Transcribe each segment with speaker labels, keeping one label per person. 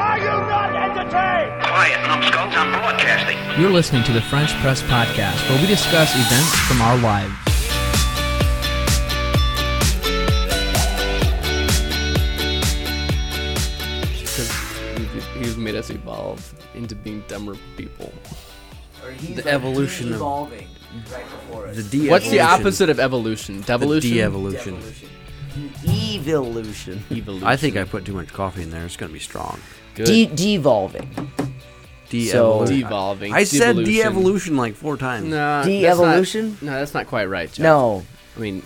Speaker 1: not entertained!
Speaker 2: Quiet, numbskulls, I'm broadcasting.
Speaker 3: You're listening to the French Press Podcast, where we discuss events from our lives.
Speaker 4: because you've, you've made us evolve into being dumber people.
Speaker 5: Or he's
Speaker 4: The
Speaker 5: like
Speaker 4: evolution of-
Speaker 5: evolving right before us.
Speaker 6: The de
Speaker 4: What's the opposite of evolution? Devolution?
Speaker 6: De evolution.
Speaker 5: Devolution. Evolution.
Speaker 4: Evolution.
Speaker 6: I think I put too much coffee in there. It's going to be strong.
Speaker 4: Good.
Speaker 5: De- devolving.
Speaker 6: De
Speaker 5: So-
Speaker 4: Devolving.
Speaker 6: I said de
Speaker 4: Devolution.
Speaker 6: evolution like four times.
Speaker 4: Nah, that's
Speaker 5: De-evolution?
Speaker 4: not- No, that's not quite right. Jeff.
Speaker 5: No.
Speaker 4: I mean,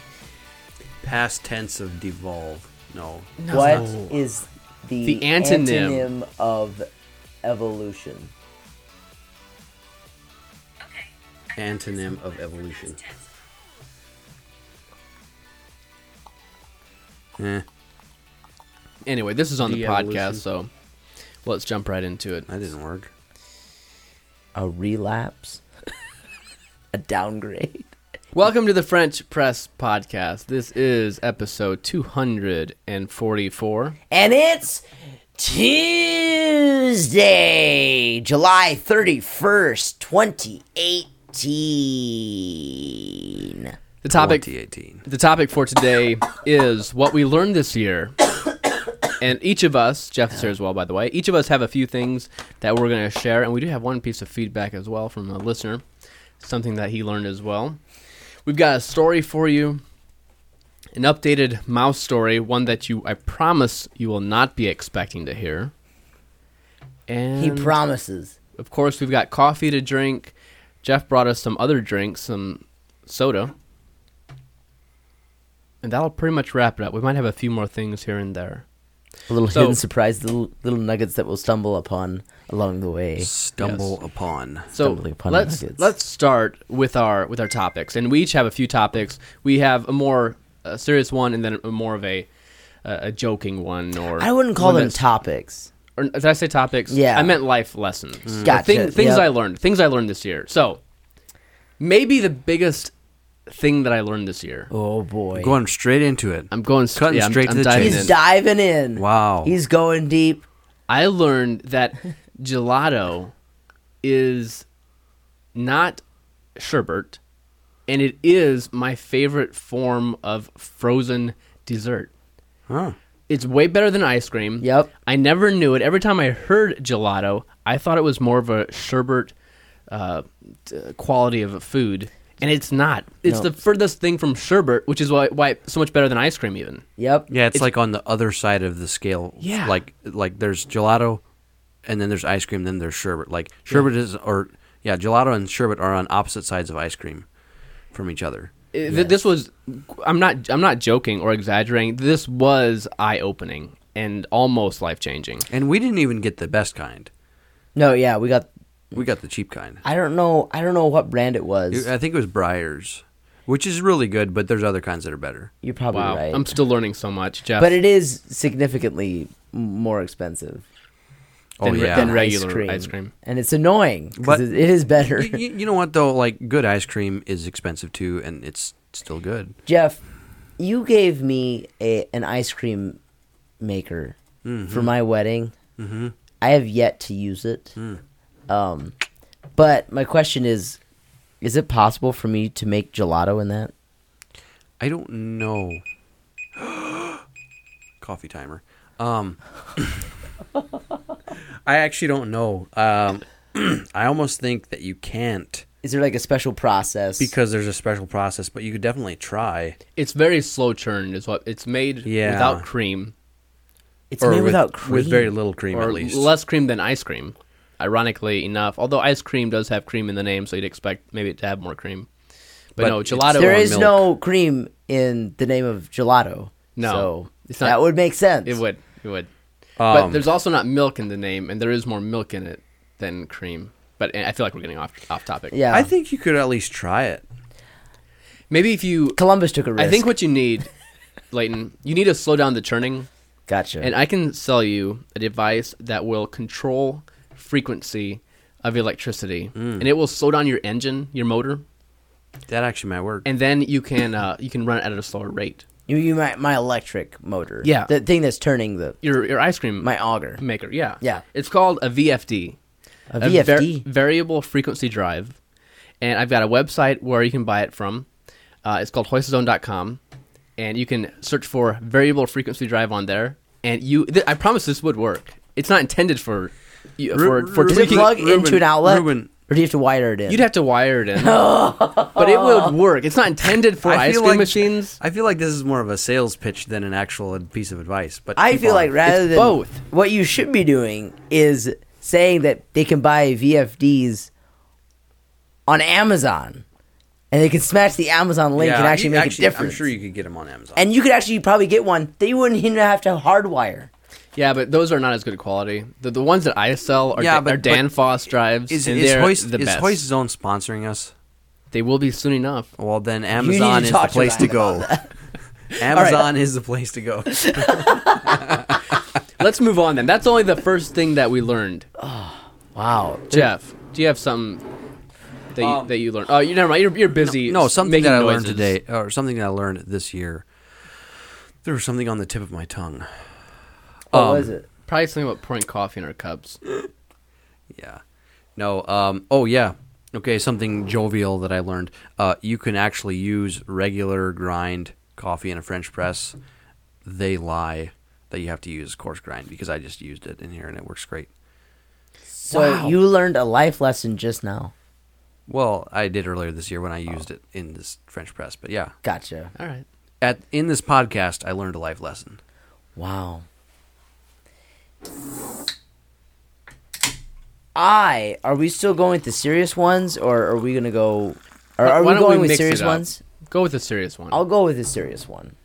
Speaker 6: Past tense of devolve. No.
Speaker 5: What is the,
Speaker 4: The antonym.
Speaker 5: antonym of evolution?
Speaker 6: Antonym of evolution. Eh,
Speaker 4: anyway, this is on the
Speaker 6: De-evolution.
Speaker 4: podcast, so let's jump right into it.
Speaker 6: that didn't work.
Speaker 5: A relapse? a downgrade?
Speaker 4: Welcome to the French Press Podcast. This is episode 244.
Speaker 5: And it's Tuesday, July 31st, 2018.
Speaker 4: The topic
Speaker 6: 2018.
Speaker 4: The topic for today is what we learned this year. And each of us, Jeff is here as well, by the way, each of us have a few things that we're going to share. And we do have one piece of feedback as well from a listener, something that he learned as well. We've got a story for you, an updated mouse story, one that you, I promise, you will not be expecting to hear. And
Speaker 5: He promises.
Speaker 4: of course, we've got coffee to drink. Jeff brought us some other drinks, some soda. And that'll pretty much wrap it up. We might have a few more things here and there.
Speaker 5: A little
Speaker 4: So-
Speaker 5: hidden surprise, little, little nuggets that we'll stumble upon along the way.
Speaker 6: Stumble upon.
Speaker 4: So
Speaker 5: Stumbling upon
Speaker 4: let's
Speaker 5: nuggets.
Speaker 4: let's start with our with our topics, and we each have a few topics. We have a more uh, serious one, and then a more of a uh, a joking one. Or
Speaker 5: I wouldn't call
Speaker 4: one
Speaker 5: them
Speaker 4: that's-
Speaker 5: topics.
Speaker 4: Or, did I say topics?
Speaker 5: Yeah. Mm.
Speaker 4: I meant life lessons. Or
Speaker 5: Gotcha,
Speaker 4: thing- things
Speaker 5: yep.
Speaker 4: I learned. Things I learned this year. So maybe the biggest thing that I learned this year.
Speaker 5: Oh boy.
Speaker 6: Going straight into it.
Speaker 4: I'm going
Speaker 6: Cutting
Speaker 4: yeah, I'm-
Speaker 6: straight
Speaker 4: I'm
Speaker 6: to the
Speaker 4: diving
Speaker 6: chase.
Speaker 4: in.
Speaker 5: He's diving in.
Speaker 6: Wow.
Speaker 5: He's going deep.
Speaker 4: I learned that gelato is not sherbet, and it is my favorite form of frozen dessert.
Speaker 6: Huh.
Speaker 4: It's way better than ice cream.
Speaker 5: Yep.
Speaker 4: I never knew it. Every time I heard gelato, I thought it was more of a sherbet uh, t- quality of a food, and it's not. It's
Speaker 5: No.
Speaker 4: the furthest thing from sherbet, which is why, why it's so much better than ice cream, even.
Speaker 5: Yep.
Speaker 6: Yeah, it's, like on the other side of the scale.
Speaker 4: Yeah.
Speaker 6: like like there's gelato, and then there's ice cream, then there's sherbet. Like sherbet is or yeah, gelato and sherbet are on opposite sides of ice cream from each other.
Speaker 4: Th- this was i'm not i'm not joking or exaggerating this was eye-opening and almost life-changing
Speaker 6: And we didn't even get the best kind.
Speaker 5: No, yeah, we got
Speaker 6: We got the cheap kind.
Speaker 5: I don't know I don't know what brand it was.
Speaker 6: I think it was Briars, which is really good, but there's other kinds that are better.
Speaker 5: You're probably
Speaker 4: wow
Speaker 5: right.
Speaker 4: i'm still learning so much jeff
Speaker 5: but it is significantly m- more expensive
Speaker 6: Oh
Speaker 4: Then-
Speaker 6: yeah.
Speaker 4: then
Speaker 5: than
Speaker 4: right-
Speaker 5: ice
Speaker 4: Regular
Speaker 5: cream.
Speaker 4: ice cream.
Speaker 5: And it's annoying
Speaker 6: But-
Speaker 5: because it it is better.
Speaker 6: you, you- you know what though? Like good ice cream is expensive too, and it's still good.
Speaker 5: Jeff, you gave me a an ice cream maker for my wedding. Mm-hmm. I have yet to use it.
Speaker 4: Hmm.
Speaker 5: Um, but my question is, is it possible for me to make gelato in that?
Speaker 6: I don't know. Coffee timer. Um, I actually don't know. Um, I almost think that you can't
Speaker 5: Is there like a special process?
Speaker 6: because there's a special process, but you could definitely try.
Speaker 4: it's very slow churned is what it's made
Speaker 6: Yeah.
Speaker 4: without cream
Speaker 5: it's made
Speaker 6: with,
Speaker 5: without cream.
Speaker 6: with very little cream,
Speaker 4: or
Speaker 6: at least.
Speaker 4: less cream than ice cream ironically enough although ice cream does have cream in the name so you'd expect maybe to have more cream but,
Speaker 6: But
Speaker 4: no
Speaker 6: it's-
Speaker 4: gelato
Speaker 5: There
Speaker 6: or
Speaker 5: is
Speaker 6: milk.
Speaker 5: no cream in the name of gelato.
Speaker 4: No,
Speaker 5: so
Speaker 4: it's not-
Speaker 5: that would make sense.
Speaker 4: it would it would but
Speaker 6: Um,
Speaker 4: there's also not milk in the name and there is more milk in it than cream but eh, i feel like we're getting off off topic
Speaker 5: Yeah,
Speaker 6: I think you could at least try it.
Speaker 4: maybe if you
Speaker 5: Columbus took a risk.
Speaker 4: I think what you need, Leighton, you need to slow down the churning,
Speaker 5: gotcha.
Speaker 4: and I can sell you a device that will control frequency of electricity,
Speaker 5: Mm.
Speaker 4: and it will slow down your engine, your motor,
Speaker 6: That actually might work.
Speaker 4: and then you can uh, you can run it at a slower rate.
Speaker 5: You, you my my electric motor.
Speaker 4: Yeah.
Speaker 5: the thing that's turning the
Speaker 4: Your your ice cream
Speaker 5: my auger.
Speaker 4: maker. Yeah.
Speaker 5: Yeah.
Speaker 4: It's called a VFD.
Speaker 5: A
Speaker 4: a var-
Speaker 5: VFD.
Speaker 4: variable frequency drive. And I've got a website where you can buy it from. Uh, it's called hoistazone.com. And you can search for variable frequency drive on there. And you, th- I promise this would work. It's not intended for, you, for, for
Speaker 5: Does it
Speaker 4: tweaking.
Speaker 5: plug
Speaker 6: Ruben,
Speaker 5: into an outlet,
Speaker 6: Ruben.
Speaker 5: or do you have to wire it in?
Speaker 4: You'd have to wire it in. but it would work. It's not intended for ice cream machines.
Speaker 6: I feel like this is more of a sales pitch than an actual piece of advice. But
Speaker 5: I
Speaker 6: keep
Speaker 5: feel
Speaker 6: on.
Speaker 5: like rather
Speaker 4: It's
Speaker 5: than
Speaker 4: both.
Speaker 5: what you should be doing is saying that they can buy VFDs on Amazon, and they can smash the Amazon link and actually
Speaker 6: you-
Speaker 5: make a difference.
Speaker 6: I'm sure you could get them on Amazon.
Speaker 5: and you could actually probably get one that you wouldn't even have to hardwire.
Speaker 4: Yeah, but those are not as good quality. The, the ones that I sell are,
Speaker 6: Yeah,
Speaker 4: yeah,
Speaker 6: but-
Speaker 4: are Danfoss drives.
Speaker 6: is
Speaker 4: and
Speaker 6: is
Speaker 4: they're
Speaker 6: Hoist,
Speaker 4: the
Speaker 6: is
Speaker 4: best.
Speaker 6: Hoist Zone sponsoring us?
Speaker 4: they will be soon enough.
Speaker 6: Well, then Amazon
Speaker 5: to
Speaker 6: is the
Speaker 5: talk to
Speaker 6: place to
Speaker 5: Ryan
Speaker 6: go. Amazon is the place to go.
Speaker 4: Let's move on then. That's only the first thing that we learned.
Speaker 5: Wow.
Speaker 4: Jeff, do you have something that you, that you learned? Oh, you never mind. You're, you're busy.
Speaker 6: No, something
Speaker 4: making
Speaker 6: that I learned
Speaker 4: noises.
Speaker 6: today, or something that I learned this year. There was something on the tip of my tongue.
Speaker 5: What was
Speaker 6: Um,
Speaker 5: it?
Speaker 4: Probably something about pouring coffee in our cups.
Speaker 6: Yeah. No. Um. Oh yeah. Okay. Something jovial that I learned. Uh, you can actually use regular grind coffee in a French press. They lie that you have to use coarse grind because I just used it in here and it works great.
Speaker 5: So you learned a life lesson just now.
Speaker 6: Well, I did earlier this year when I used it in this French press, but yeah,
Speaker 5: Gotcha.
Speaker 4: All right.
Speaker 6: at in this podcast, I learned a life lesson.
Speaker 5: Wow. I are we still going with the serious ones, or are we gonna go? Or are
Speaker 4: Why
Speaker 5: we
Speaker 4: don't
Speaker 5: going with
Speaker 4: mix it
Speaker 5: serious
Speaker 4: up?
Speaker 5: ones?
Speaker 4: Go with the serious one.
Speaker 5: I'll go with the serious one.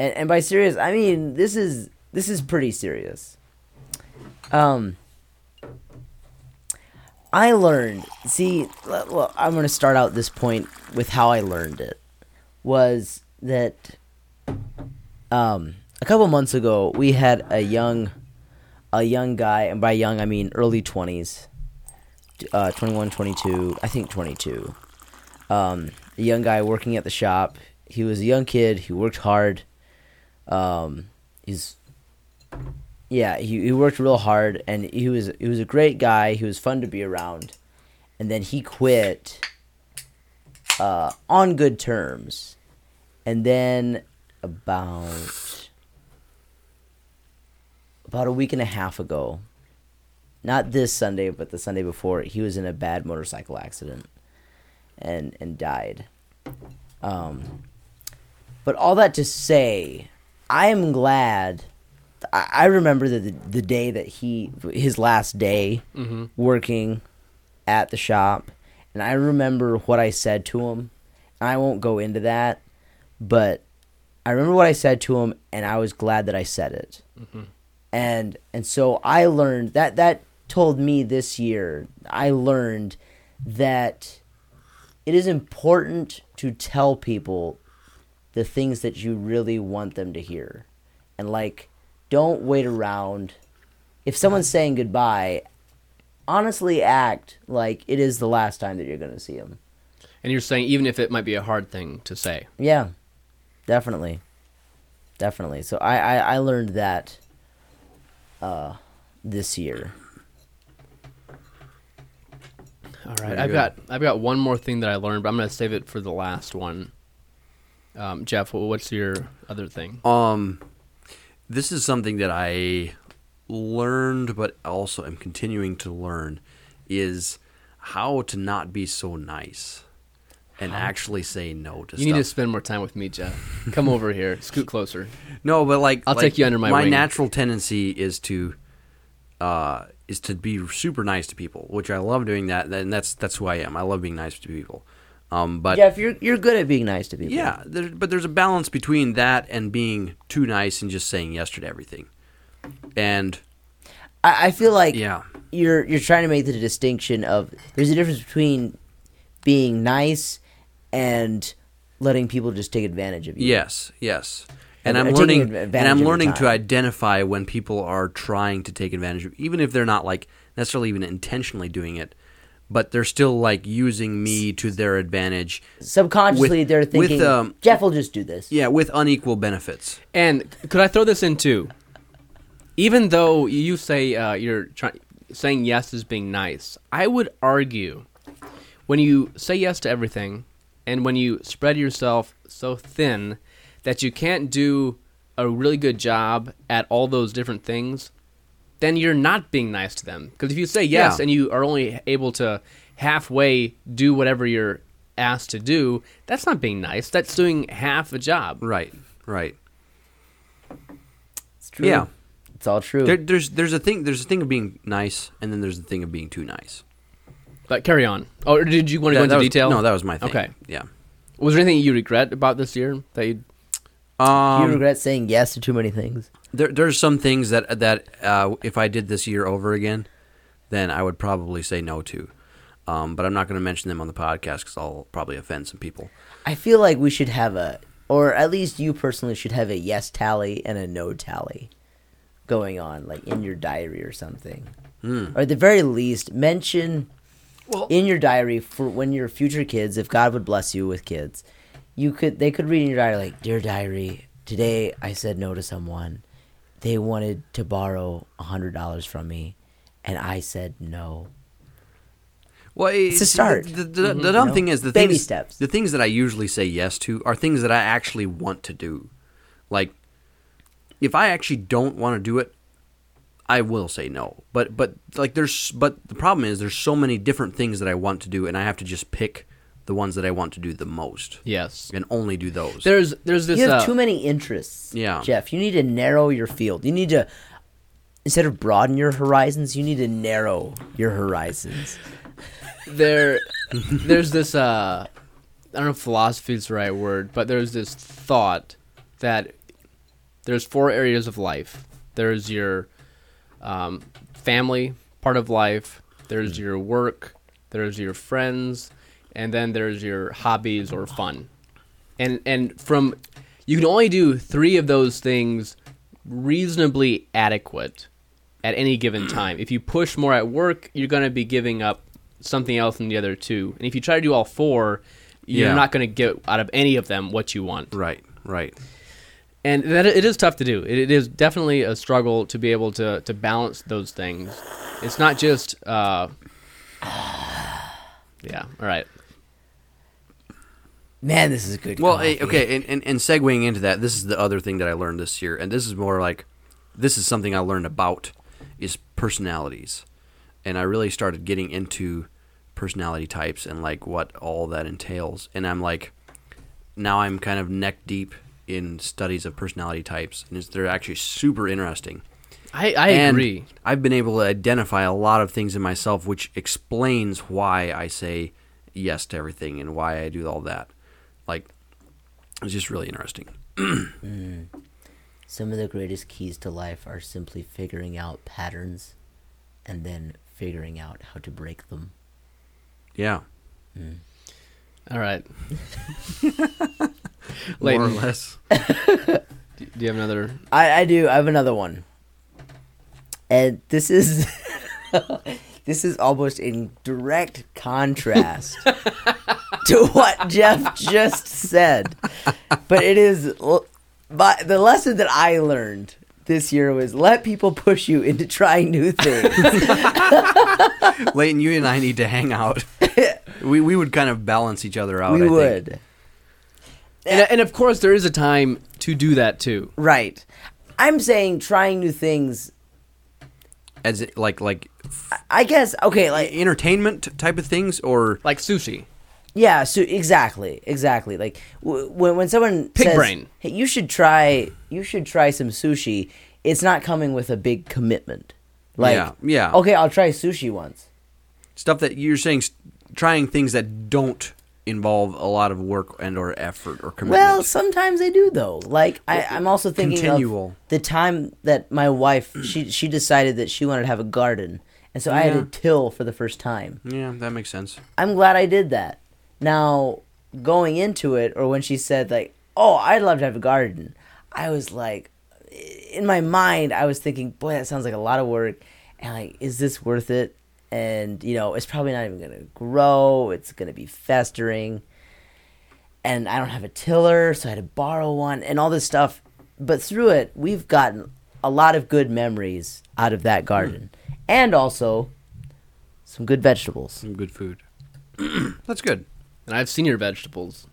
Speaker 5: And and by serious, I mean this is this is pretty serious. Um I learned, see, l- well, I'm going to start out this point with how I learned it was that um a couple months ago we had a young a young guy and by young I mean early 20s uh 21 22 I think 22 um, a young guy working at the shop. He was a young kid. He worked hard. Um, he's yeah, he, he worked real hard, and he was he was a great guy. He was fun to be around, and then he quit uh, on good terms. And then about about a week and a half ago, not this Sunday, but the Sunday before, he was in a bad motorcycle accident and and died. Um, but all that to say, I am glad. I, I remember that the, the day that he his last day working at the shop, and I remember what I said to him. And I won't go into that, but I remember what I said to him, and I was glad that I said it. And and so I learned that that told me this year. I learned that it is important to tell people the things that you really want them to hear. And like, don't wait around. If someone's saying goodbye, honestly act like it is the last time that you're going to see them.
Speaker 4: and you're saying even if it might be a hard thing to say.
Speaker 5: Yeah, definitely, definitely. So I I, I learned that uh, this year.
Speaker 4: All
Speaker 6: Very
Speaker 4: right. I've
Speaker 6: good.
Speaker 4: got I've got one more thing that I learned, but I'm going to save it for the last one. Um, Jeff, wh- what's your other thing?
Speaker 6: Um, this is something that I learned, but also am continuing to learn, is how to not be so nice and actually say no to
Speaker 4: You
Speaker 6: stuff.
Speaker 4: need to spend more time with me, Jeff. Come over here. Scoot closer.
Speaker 6: No, but like
Speaker 4: I'll
Speaker 6: like,
Speaker 4: take you under my
Speaker 6: My
Speaker 4: wing.
Speaker 6: natural tendency is to uh is to be super nice to people, which I love doing that, and that's that's who I am. I love being nice to people. Um but
Speaker 5: Jeff, you're you're good at being nice to people.
Speaker 6: yeah, there, but there's a balance between that and being too nice and just saying yes to everything. And
Speaker 5: I, I feel like
Speaker 6: Yeah.
Speaker 5: you're you're trying to make the distinction of there's a difference between being nice and letting people just take advantage of you.
Speaker 6: yes, yes. And
Speaker 5: Or
Speaker 6: I'm
Speaker 5: uh, taking
Speaker 6: learning
Speaker 5: advantage
Speaker 6: and I'm
Speaker 5: of your
Speaker 6: learning to
Speaker 5: time.
Speaker 6: identify when people are trying to take advantage of even if they're not like necessarily even intentionally doing it, but they're still like using me to their advantage.
Speaker 5: Subconsciously,
Speaker 6: With-
Speaker 5: they're
Speaker 6: with,
Speaker 5: thinking
Speaker 6: um,
Speaker 5: Jeff will just do this.
Speaker 6: Yeah, with unequal benefits.
Speaker 4: And could I throw this in too? Even though you say uh, you're try- saying yes is being nice, I would argue when you say yes to everything and when you spread yourself so thin that you can't do a really good job at all those different things, then you're not being nice to them. Because if you say yes
Speaker 6: Yeah.
Speaker 4: and you are only able to halfway do whatever you're asked to do, that's not being nice. That's doing half a job.
Speaker 6: Right. Right.
Speaker 5: It's true.
Speaker 6: Yeah.
Speaker 5: It's all true.
Speaker 6: There, there's there's a thing there's a thing of being nice, and then there's the thing of being too nice.
Speaker 4: But carry on. Or did you want to go
Speaker 6: That-
Speaker 4: into
Speaker 6: that was-
Speaker 4: detail?
Speaker 6: No, that was my thing.
Speaker 4: Okay.
Speaker 6: Yeah.
Speaker 4: Was there anything you regret about this year that you?
Speaker 5: Do you
Speaker 6: Um,
Speaker 5: regret saying yes to too many things?
Speaker 6: there, there's some things that that uh, if I did this year over again, then I would probably say no to. Um, but I'm not going to mention them on the podcast because I'll probably offend some people.
Speaker 5: I feel like we should have a, or at least you personally should have a yes tally and a no tally going on, like in your diary or something. Or at the very least, mention in your diary for when your future kids, if God would bless you with kids, you could they could read in your diary like, "Dear diary, today I said no to someone. They wanted to borrow a hundred dollars from me, and I said no."
Speaker 6: Well,
Speaker 5: a start.
Speaker 6: The, the, the- the dumb
Speaker 5: know?
Speaker 6: thing is the
Speaker 5: Baby
Speaker 6: things,
Speaker 5: steps.
Speaker 6: The things that I usually say yes to are things that I actually want to do. Like, if I actually don't want to do it, I will say no. But but like there's but the problem is there's so many different things that I want to do, and I have to just pick the ones that I want to do the most.
Speaker 4: Yes.
Speaker 6: and only do those.
Speaker 4: There's there's this.
Speaker 5: You have
Speaker 4: uh,
Speaker 5: too many interests.
Speaker 6: Yeah.
Speaker 5: Jeff, you need to narrow your field. You need to instead of broaden your horizons, you need to narrow your horizons.
Speaker 4: there there's this. Uh, I don't know if philosophy is the right word, but there's this thought that there's four areas of life. There's your um, family part of life. There's your work. There's your friends, and then there's your hobbies or fun. and and from you can only do three of those things reasonably adequate at any given time if you push more at work you're going to be giving up something else in the other two and if you try to do all four you're
Speaker 6: Yeah.
Speaker 4: not going to get out of any of them what you want
Speaker 6: Right, right.
Speaker 4: and that it is tough to do it, it is definitely a struggle to be able to to balance those things it's not just uh yeah all right
Speaker 5: Man, this is a good
Speaker 6: Well,
Speaker 5: coffee.
Speaker 6: eh, okay, and, and, and segueing into that, this is the other thing that I learned this year, and this is more like this is something I learned about is personalities, and I really started getting into personality types and like what all that entails, and I'm like, now I'm kind of neck deep in studies of personality types, and it's, they're actually super interesting.
Speaker 4: i i
Speaker 6: and
Speaker 4: agree
Speaker 6: I've been able to identify a lot of things in myself, which explains why I say yes to everything and why I do all that. Like, it's just really interesting.
Speaker 5: Some of the greatest keys to life are simply figuring out patterns and then figuring out how to break them.
Speaker 6: Yeah,
Speaker 4: all right
Speaker 6: more or
Speaker 4: Leighton,
Speaker 6: less.
Speaker 4: do you have another
Speaker 5: I, I do. I have another one. And this is this is almost in direct contrast to what Jeff just said. But it is l- but the lesson that I learned this year was let people push you into trying new things.
Speaker 6: Leighton, you and I need to hang out. we we would kind of balance each other out. I
Speaker 5: we
Speaker 6: think.
Speaker 5: would.
Speaker 4: and, and of course there is a time to do that too
Speaker 5: Right. I'm saying trying new things.
Speaker 6: as it, like like
Speaker 5: I guess okay, like
Speaker 6: entertainment type of things, or
Speaker 4: like sushi
Speaker 5: Yeah, so exactly, exactly. Like w- when when someone
Speaker 4: Pig
Speaker 5: says,
Speaker 4: brain.
Speaker 5: "Hey, you should try, you should try some sushi," it's not coming with a big commitment. Like,
Speaker 6: Yeah, yeah.
Speaker 5: okay, I'll try sushi once.
Speaker 6: stuff that you're saying, s- trying things that don't involve a lot of work and or effort or commitment.
Speaker 5: Well, sometimes they do though. Like I, I'm also thinking
Speaker 6: Continual.
Speaker 5: of the time that my wife she she decided that she wanted to have a garden, and so I had
Speaker 6: Yeah.
Speaker 5: to till for the first time.
Speaker 6: yeah, that makes sense.
Speaker 5: I'm glad I did that. Now, going into it, or when she said, like, oh, I'd love to have a garden, I was like, in my mind, I was thinking, boy, that sounds like a lot of work. And, like, is this worth it? and you know it's probably not even gonna grow. It's gonna be festering, and I don't have a tiller, so I had to borrow one, and all this stuff. But through it, we've gotten a lot of good memories out of that garden, and also some good vegetables.
Speaker 6: Some good food. That's good.
Speaker 4: And I've seen your vegetables,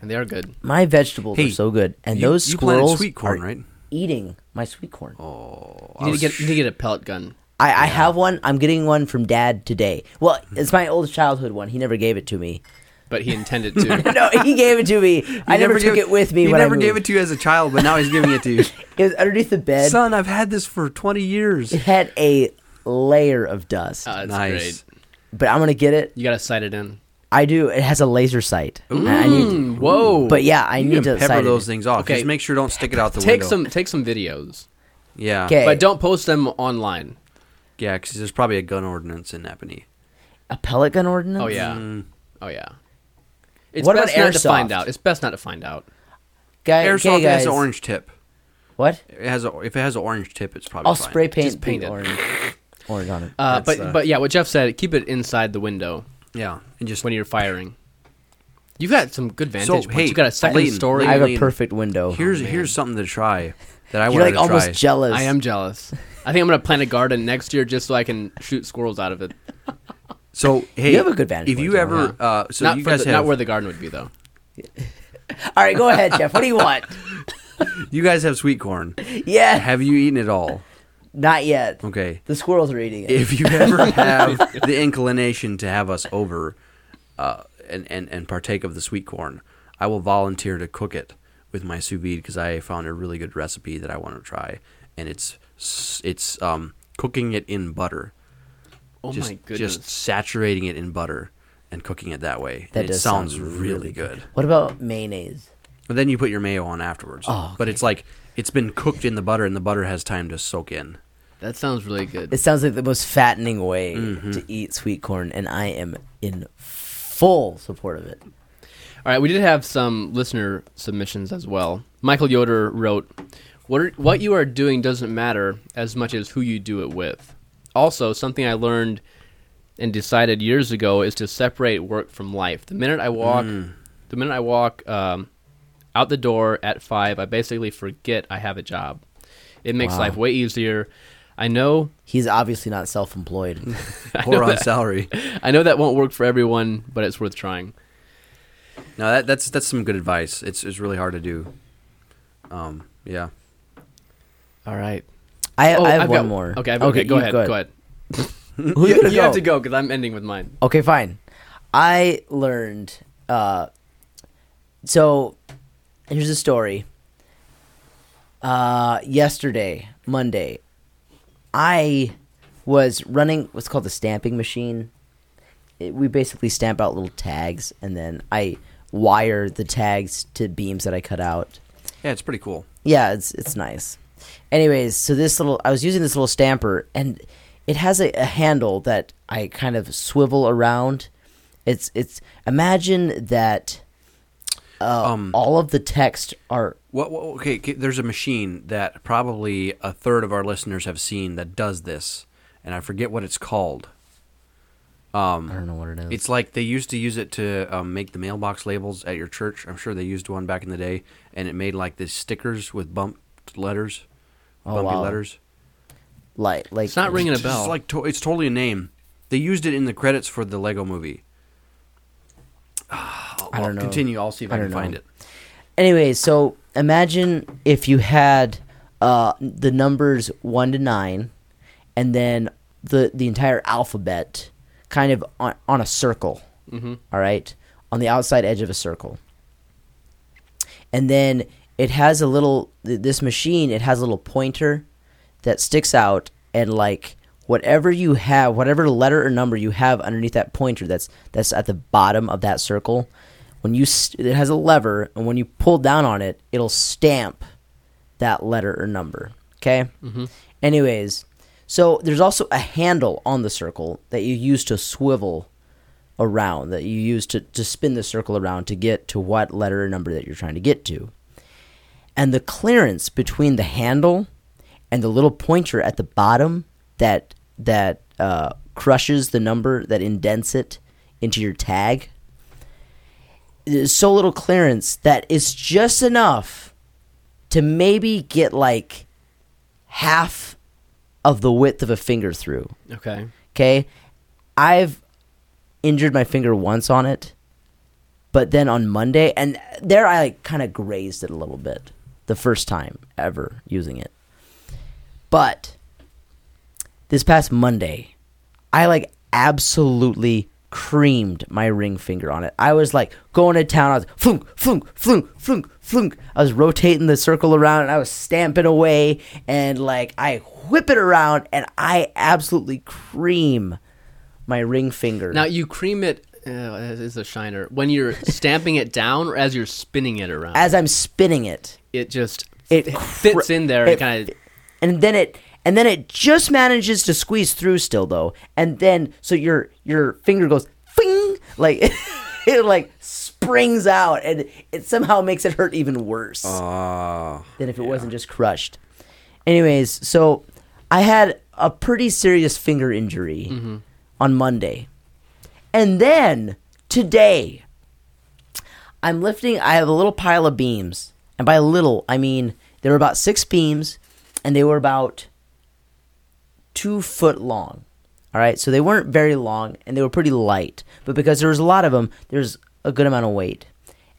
Speaker 4: and they are good.
Speaker 5: My vegetables
Speaker 6: Hey,
Speaker 5: are so good, and
Speaker 6: you-
Speaker 5: those
Speaker 6: you planted
Speaker 5: squirrels
Speaker 6: sweet corn,
Speaker 5: are
Speaker 6: right? Oh,
Speaker 5: eating my sweet corn.
Speaker 4: You need, to get, you need to get a pellet gun.
Speaker 5: I, I have one. I'm getting one from Dad today. Well, it's my old childhood one. He never gave it to me.
Speaker 4: But he intended to.
Speaker 5: No, he gave it to me. I never, took
Speaker 6: gave-
Speaker 5: it with me
Speaker 6: He
Speaker 5: when
Speaker 6: never
Speaker 5: I
Speaker 6: gave it to you as a child, but now he's giving it to you.
Speaker 5: It was underneath the bed.
Speaker 6: Son, I've had this for 20 years.
Speaker 5: It had a layer of dust,
Speaker 4: Uh, that's
Speaker 6: Nice.
Speaker 4: great.
Speaker 5: but I'm gonna get it.
Speaker 4: You got to sight it in.
Speaker 5: I do. It has a laser sight. I- I
Speaker 6: Mm.
Speaker 5: need,
Speaker 4: Whoa.
Speaker 5: but yeah, I
Speaker 6: You
Speaker 5: need
Speaker 6: can
Speaker 5: to
Speaker 6: pepper
Speaker 5: sight
Speaker 6: those
Speaker 5: it.
Speaker 6: things off.
Speaker 4: Okay.
Speaker 6: Just make sure don't stick it out the
Speaker 4: take
Speaker 6: window.
Speaker 4: some take some videos,
Speaker 6: Yeah.
Speaker 5: Okay,
Speaker 4: but don't post them online.
Speaker 6: Yeah, because there's probably a gun ordinance in Napanee.
Speaker 5: a pellet gun ordinance.
Speaker 4: Oh yeah.
Speaker 6: Mm-hmm.
Speaker 4: Oh yeah. It's
Speaker 5: What about
Speaker 4: best not to find
Speaker 5: airsoft?
Speaker 4: out. It's best not to find out.
Speaker 5: Guy, okay, guys.
Speaker 6: Airsoft has an orange tip.
Speaker 5: What?
Speaker 6: It has a, if it has an orange tip, it's probably
Speaker 5: I'll
Speaker 6: fine.
Speaker 5: spray paint,
Speaker 4: Just paint
Speaker 5: the
Speaker 4: it.
Speaker 5: orange, orange on it.
Speaker 4: Uh,
Speaker 6: That's,
Speaker 4: but
Speaker 6: uh,
Speaker 4: but yeah, what Jeff said, keep it inside the window
Speaker 6: Yeah, and just
Speaker 4: when you're firing. You've got some good vantage points.
Speaker 6: hey,
Speaker 4: You've got a second
Speaker 6: Leighton,
Speaker 4: story.
Speaker 5: I have a
Speaker 6: Alien-
Speaker 5: perfect window.
Speaker 6: here's here's something to try that I
Speaker 5: Oh, You're
Speaker 6: wanted
Speaker 5: like
Speaker 6: to try.
Speaker 5: almost jealous.
Speaker 4: I am jealous. I think I'm gonna plant a garden next year just so I can shoot squirrels out of it.
Speaker 6: So hey,
Speaker 5: You have a good vantage
Speaker 6: If you
Speaker 5: point,
Speaker 6: ever, uh, so
Speaker 4: not
Speaker 6: you
Speaker 4: for
Speaker 6: guys
Speaker 4: the, not
Speaker 6: have
Speaker 4: where the garden would be though.
Speaker 5: All right, go ahead, Jeff. What do you want?
Speaker 6: you guys have sweet corn.
Speaker 5: Yeah,
Speaker 6: Have you eaten it all?
Speaker 5: not yet.
Speaker 6: Okay.
Speaker 5: The squirrels are eating it.
Speaker 6: If you ever have the inclination to have us over, uh, and and and partake of the sweet corn, I will volunteer to cook it with my sous vide because I found a really good recipe that I want to try, and it's s- it's um cooking it in butter.
Speaker 4: Oh
Speaker 6: just,
Speaker 4: my goodness.
Speaker 6: Just saturating it in butter and cooking it that way.
Speaker 5: That
Speaker 6: And it
Speaker 5: does sound
Speaker 6: sounds really good.
Speaker 5: What about mayonnaise?
Speaker 6: But then you put your mayo on afterwards.
Speaker 5: Oh,
Speaker 6: But it's like it's been cooked in the butter and the butter has time to soak in.
Speaker 4: that sounds really good.
Speaker 5: It sounds like the most fattening way
Speaker 4: Mm-hmm.
Speaker 5: to eat sweet corn, and I am in full support of it.
Speaker 4: All right, we did have some listener submissions as well. Michael Yoder wrote, "What are, what you are doing doesn't matter as much as who you do it with." Also, something I learned and decided years ago is to separate work from life. The minute I walk,
Speaker 5: Mm.
Speaker 4: the minute I walk um, out the door at five, I basically forget I have a job. It makes life way easier. I know,
Speaker 5: He's obviously not self-employed.
Speaker 6: Or on salary.
Speaker 4: I know that won't work for everyone, but it's worth trying.
Speaker 6: No, that, that's that's some good advice. It's it's really hard to do. Um, yeah.
Speaker 4: All right.
Speaker 5: I, I have
Speaker 4: Oh, I've
Speaker 5: one
Speaker 4: got-
Speaker 5: more.
Speaker 4: Okay, I've, okay, go
Speaker 5: you
Speaker 4: ahead, Go ahead.
Speaker 5: Who's
Speaker 4: you,
Speaker 5: gonna
Speaker 4: you
Speaker 5: go?
Speaker 4: have to go because I'm ending with mine.
Speaker 5: Okay, fine. I learned. Uh, so, here's a story. Uh, yesterday, Monday, I was running what's called the stamping machine. It, we basically stamp out little tags, and then I wire the tags to beams that I cut out.
Speaker 6: Yeah, it's pretty cool.
Speaker 5: Yeah, it's it's nice. Anyways, so this little I was using this little stamper and it has a, a handle that I kind of swivel around. It's it's imagine that uh,
Speaker 4: Um,
Speaker 5: all of the text are
Speaker 6: What, what okay, okay, there's a machine that probably a third of our listeners have seen that does this, and I forget what it's called.
Speaker 5: I don't know what it is.
Speaker 6: It's like they used to use it to um, make the mailbox labels at your church. I'm sure they used one back in the day, and it made like these stickers with bumped letters, bumpy
Speaker 5: wow.
Speaker 6: letters.
Speaker 5: like like
Speaker 4: It's not ringing a
Speaker 6: It's just
Speaker 4: bell.
Speaker 6: like to- it's totally a name. They used it in the credits for the Lego Movie.
Speaker 5: I
Speaker 6: Well,
Speaker 5: don't know.
Speaker 6: Continue. I'll see if I,
Speaker 5: I
Speaker 6: can
Speaker 5: don't
Speaker 6: find
Speaker 5: know.
Speaker 6: it.
Speaker 5: Anyway, so imagine if you had uh, the numbers one to nine, and then the the entire alphabet kind of on, on a circle.
Speaker 4: Mm-hmm.
Speaker 5: all right, on the outside edge of a circle, and then it has a little th- this machine. It has a little pointer that sticks out, and like whatever you have, whatever letter or number you have underneath that pointer, that's that's at the bottom of that circle. When you st- it has a lever, and when you pull down on it, it'll stamp that letter or number. Okay. Anyways, so there's also a handle on the circle that you use to swivel around that you use to, to spin the circle around to get to what letter or number that you're trying to get to. And the clearance between the handle and the little pointer at the bottom that that uh, crushes the number that indents it into your tag. There's so little clearance that it's just enough to maybe get like half of the width of a finger through.
Speaker 4: Okay.
Speaker 5: Okay. I've injured my finger once on it, but then on Monday, and there I like kind of grazed it a little bit the first time ever using it. But this past Monday, I like absolutely creamed my ring finger on it. I was like going to town. I was flunk, flunk, flunk, flunk, flunk. I was rotating the circle around and I was stamping away and like I whip it around and I absolutely cream my ring finger.
Speaker 4: Now you cream it. Uh, is a shiner when you're stamping it down or as you're spinning it around.
Speaker 5: as I'm spinning it,
Speaker 4: it just
Speaker 5: it
Speaker 4: it
Speaker 5: cr-
Speaker 4: fits in there and
Speaker 5: it
Speaker 4: kind of
Speaker 5: and then it and then it just manages to squeeze through still though and then so your your finger goes fing like it like springs out and it somehow makes it hurt even worse than if it wasn't just crushed anyways so i had a pretty serious finger injury
Speaker 4: Mm-hmm.
Speaker 5: on monday and then today I'm lifting. I have a little pile of beams, and by little I mean there were about six beams, and they were about two foot long. All right, so they weren't very long, and they were pretty light. But because there was a lot of them, there's a good amount of weight.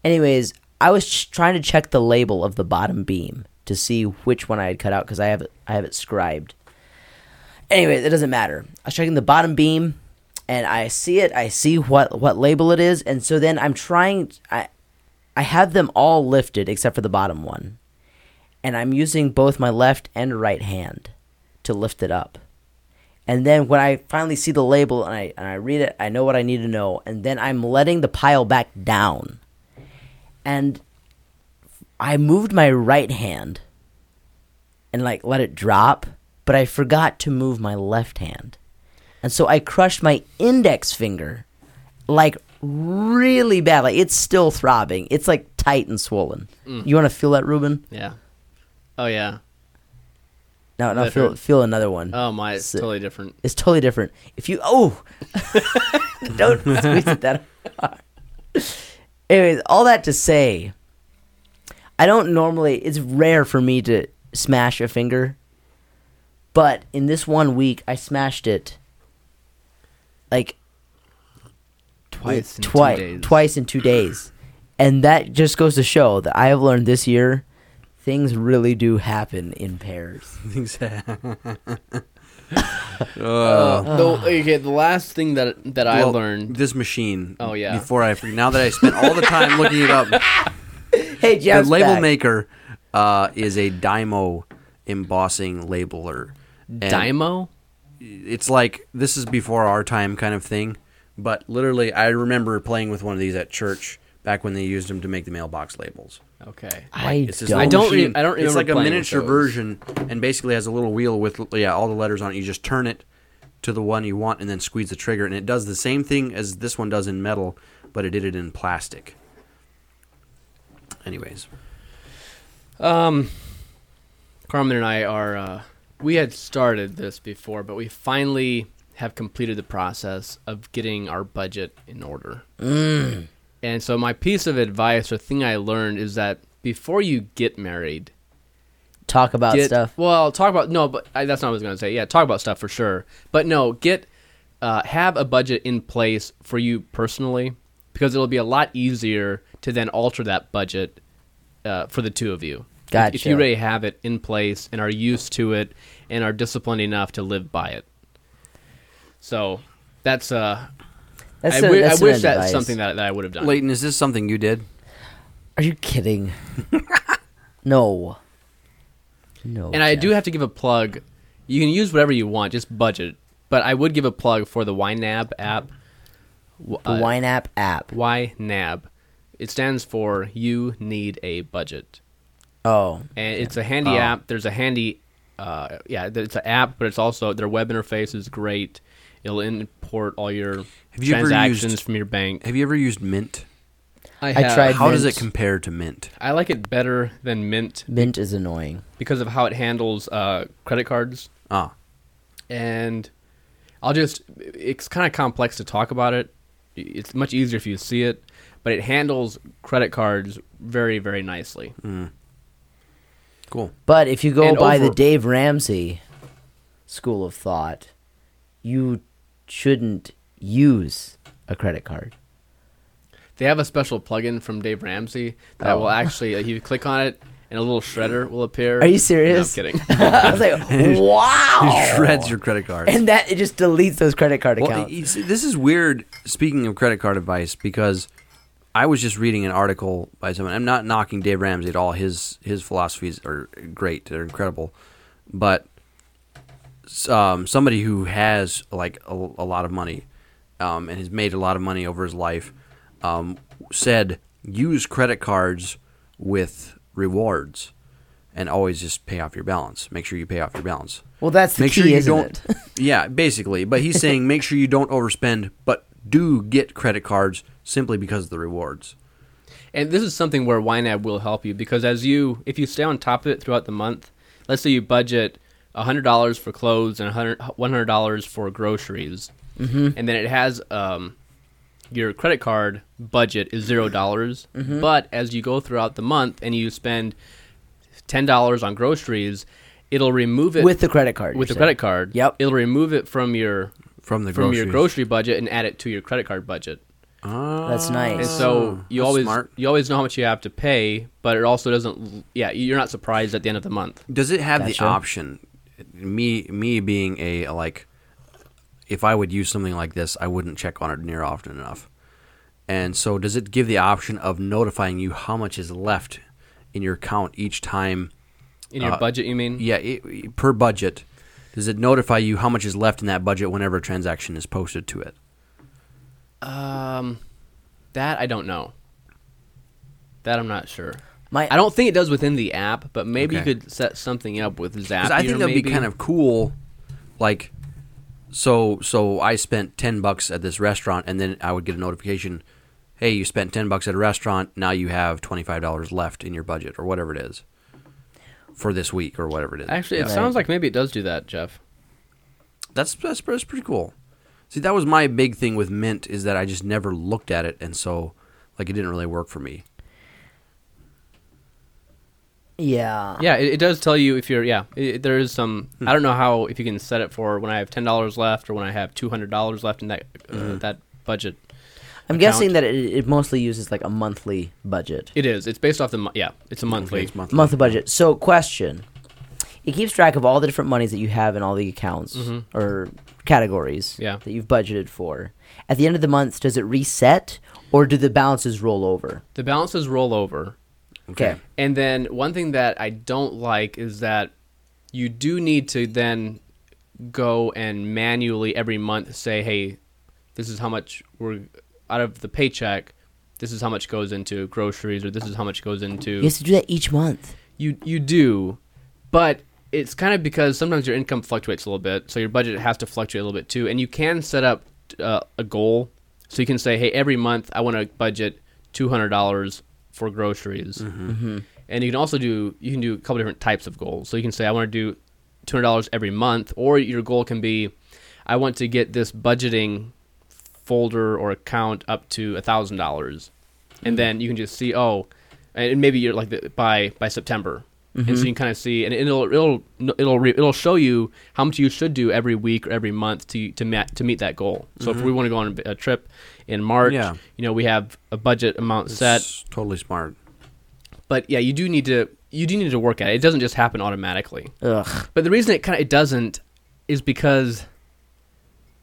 Speaker 5: Anyways, I was ch- trying to check the label of the bottom beam to see which one I had cut out because I have it, I have it scribed. Anyway, it doesn't matter. I was checking the bottom beam, and I see it. I see what what label it is, and so then I'm trying. I I have them all lifted except for the bottom one, and I'm using both my left and right hand to lift it up. And then when I finally see the label and I and I read it, I know what I need to know, and then I'm letting the pile back down, and I moved my right hand and like let it drop, but I forgot to move my left hand. And so I crushed my index finger like really bad. Like it's still throbbing. It's like tight and swollen.
Speaker 4: Mm.
Speaker 5: You want to feel that, Ruben?
Speaker 4: yeah. Oh yeah.
Speaker 5: No, no,
Speaker 4: That
Speaker 5: feel
Speaker 4: hurt.
Speaker 5: feel another one.
Speaker 4: Oh my, it's
Speaker 5: Sick.
Speaker 4: totally different.
Speaker 5: It's totally different. If you oh, don't squeeze it that. hard. Anyways, all that to say, I don't normally. It's rare for me to smash a finger, but in this one week, I smashed it. Like
Speaker 4: Twice in two
Speaker 5: twice,
Speaker 4: days.
Speaker 5: twice in two days, and that just goes to show that I have learned this year, things really do happen in pairs.
Speaker 4: The, okay, the last thing that that I
Speaker 6: Well,
Speaker 4: learned.
Speaker 6: this machine.
Speaker 4: Oh, yeah.
Speaker 6: Before I now that I spent all the time looking it up,
Speaker 5: Hey,
Speaker 6: the
Speaker 5: Jeff's
Speaker 6: label
Speaker 5: back.
Speaker 6: maker uh, is a Dymo embossing labeler. And
Speaker 4: Dymo.
Speaker 6: It's like this is before our time kind of thing, but literally I remember playing with one of these at church back when they used them to make the mailbox labels.
Speaker 4: Okay.
Speaker 5: I
Speaker 6: It's this
Speaker 5: don't.
Speaker 6: little
Speaker 4: I don't re-
Speaker 6: machine.
Speaker 4: I don't
Speaker 6: It's
Speaker 4: remember
Speaker 6: like a
Speaker 4: playing with
Speaker 6: miniature
Speaker 4: those.
Speaker 6: version, and basically has a little wheel with yeah all the letters on it. You just turn it to the one you want, and then squeeze the trigger, and it does the same thing as this one does in metal, but it did it in plastic. Anyways,
Speaker 4: Um, Carmen and I are. Uh, we had started this before, but we finally have completed the process of getting our budget in order. And so, my piece of advice or thing I learned is that before you get married,
Speaker 5: talk about
Speaker 4: get
Speaker 5: stuff.
Speaker 4: well, talk about no, but I, that's not what I was going to say. Yeah, talk about stuff for sure, but no, get uh, have a budget in place for you personally because it'll be a lot easier to then alter that budget uh, for the two of you. If- If
Speaker 5: Gotcha.
Speaker 4: you already have it in place and are used to it and are disciplined enough to live by it, so that's uh, I
Speaker 5: a-
Speaker 4: wi- I
Speaker 5: an
Speaker 4: wish that's
Speaker 5: advice.
Speaker 4: something that, that I would have done.
Speaker 6: Leighton, is this something you did?
Speaker 5: Are you kidding? no. No.
Speaker 4: And I
Speaker 5: Jeff.
Speaker 4: do have to give a plug. You can use whatever you want, just budget. But I would give a plug for the YNAB app. W-
Speaker 5: the
Speaker 4: uh,
Speaker 5: Wine App app.
Speaker 4: YNAB. It stands for You Need a Budget.
Speaker 5: Oh,
Speaker 4: And it's a handy app. There's a handy, uh, yeah, th- it's an app, but it's also their web interface is great. It'll import all your
Speaker 6: Have you ever
Speaker 4: transactions
Speaker 6: used-
Speaker 4: from your bank.
Speaker 6: Have you ever used Mint?
Speaker 5: I tried-
Speaker 6: How does it
Speaker 5: Mint.
Speaker 6: compare to Mint?
Speaker 4: I like it better than Mint
Speaker 5: mint is annoying.
Speaker 4: because of how it handles uh, credit cards.
Speaker 6: Ah,
Speaker 4: and I'll just. It's kind of complex to talk about it. It's much easier if you see it, but it handles credit cards very, very nicely.
Speaker 6: Cool.
Speaker 5: But if you go
Speaker 4: And
Speaker 5: by the
Speaker 4: over-
Speaker 5: Dave Ramsey school of thought, you shouldn't use a credit card.
Speaker 4: They have a special plugin from Dave Ramsey that
Speaker 5: Oh.
Speaker 4: will actually. if you click on it, and a little shredder will appear.
Speaker 5: Are you serious?
Speaker 4: No, I'm kidding.
Speaker 5: I was like,
Speaker 4: Oh.
Speaker 5: wow.
Speaker 6: Shreds your credit card.
Speaker 5: And that it just deletes those credit card
Speaker 6: Well,
Speaker 4: e-,
Speaker 5: accounts.
Speaker 6: you see, this is weird. Speaking of credit card advice, because I was just reading an article by someone. I'm not knocking Dave Ramsey at all. His his philosophies are great. They're incredible, but s- um, somebody who has like a, a lot of money um, and has made a lot of money over his life um, said use credit cards with rewards and always just pay off your balance. Make sure you pay off your balance
Speaker 5: Well, that's the
Speaker 6: make
Speaker 5: key,
Speaker 6: sure you
Speaker 5: isn't
Speaker 6: don't.
Speaker 5: it?
Speaker 6: yeah, basically. But he's saying make sure you don't overspend, but do get credit cards simply because of the rewards.
Speaker 4: And this is something where YNAB will help you because as you, if you stay on top of it throughout the month, let's say you budget hundred dollars for clothes and one hundred dollars for groceries,
Speaker 5: Mm-hmm.
Speaker 4: and then it has um, your credit card budget is zero dollars.
Speaker 5: Mm-hmm.
Speaker 4: But as you go throughout the month and you spend ten dollars on groceries, it'll remove it
Speaker 5: With the credit card.
Speaker 4: e-, with the
Speaker 5: you're
Speaker 4: credit
Speaker 5: saying.
Speaker 4: card.
Speaker 5: Yep.
Speaker 4: it'll remove it from your
Speaker 6: From the
Speaker 4: from
Speaker 6: groceries. Ah.
Speaker 4: your grocery budget and add it to your credit card budget.
Speaker 5: That's
Speaker 4: And
Speaker 5: nice.
Speaker 4: so you
Speaker 6: Oh, that's
Speaker 4: always
Speaker 6: smart.
Speaker 4: you always know how much you have to pay, but it also doesn't. Yeah, you're not surprised at the end of the month.
Speaker 6: Does it have
Speaker 5: Gotcha.
Speaker 6: the option? Me me being a like if I would use something like this, I wouldn't check on it near often enough. And so does it give the option of notifying you how much is left in your account each time
Speaker 4: In your
Speaker 6: Uh,
Speaker 4: budget, you mean?
Speaker 6: yeah, it, it- per budget, does it notify you how much is left in that budget whenever a transaction is posted to it?
Speaker 4: Um, that I don't know. That I'm not sure.
Speaker 5: My-
Speaker 4: I don't think it does within the app, but maybe
Speaker 6: Okay.
Speaker 4: you could set something up with Zapier.
Speaker 6: 'Cause I think that'd
Speaker 4: maybe.
Speaker 6: be kind of cool. Like, so so I spent ten bucks at this restaurant, and then I would get a notification, "Hey, you spent ten bucks at a restaurant. Now you have twenty five dollars left in your budget, or whatever it is, for this week, or whatever it is."
Speaker 4: Actually, it
Speaker 5: Right.
Speaker 4: sounds like maybe it does do that, Jeff.
Speaker 6: that's that's, that's pretty cool. See, that was my big thing with Mint is that I just never looked at it, and so like it didn't really work for me.
Speaker 5: Yeah.
Speaker 4: Yeah, it, it does tell you if you're. Yeah, it, it- there is some. I don't know how if you can set it for when I have ten dollars left or when I have two hundred dollars left in that uh, that budget.
Speaker 5: I'm guessing that it, it mostly uses like a monthly budget.
Speaker 4: It is. It's based off the. mo- Yeah, it's a monthly.
Speaker 6: It's monthly.
Speaker 5: Monthly budget. So, question. It keeps track of all the different monies that you have in all the accounts or categories
Speaker 4: Mm-hmm. Yeah.
Speaker 5: that you've budgeted for. At the end of the month, does it reset or do the balances roll over?
Speaker 4: The balances roll over.
Speaker 5: Okay.
Speaker 4: And then one thing that I don't like is that you do need to then go and manually every month say, hey, this is how much we're out of the paycheck. This is how much goes into groceries, or this is how much goes into
Speaker 5: You have to do that each month.
Speaker 4: you you do, but it's kind of because sometimes your income fluctuates a little bit, so your budget has to fluctuate a little bit too. And you can set up uh, a goal, so you can say, "Hey, every month I want to budget two hundred dollars for groceries." And you can also do you can do a couple different types of goals. So you can say, "I want to do two hundred dollars every month," or your goal can be, "I want to get this budgeting folder or account up to a thousand dollars, and then you can just see oh, and maybe you're like the, by by September, and so you can kind of see and it'll it'll it'll re, it'll show you how much you should do every week or every month to to ma- to meet that goal. So if we want to go on a trip in March,
Speaker 6: Yeah.
Speaker 4: you know we have a budget amount set,
Speaker 6: That's totally smart.
Speaker 4: but yeah, you do need to you do need to work at it. It doesn't just happen automatically.
Speaker 5: Ugh.
Speaker 4: But the reason it kind of it doesn't is because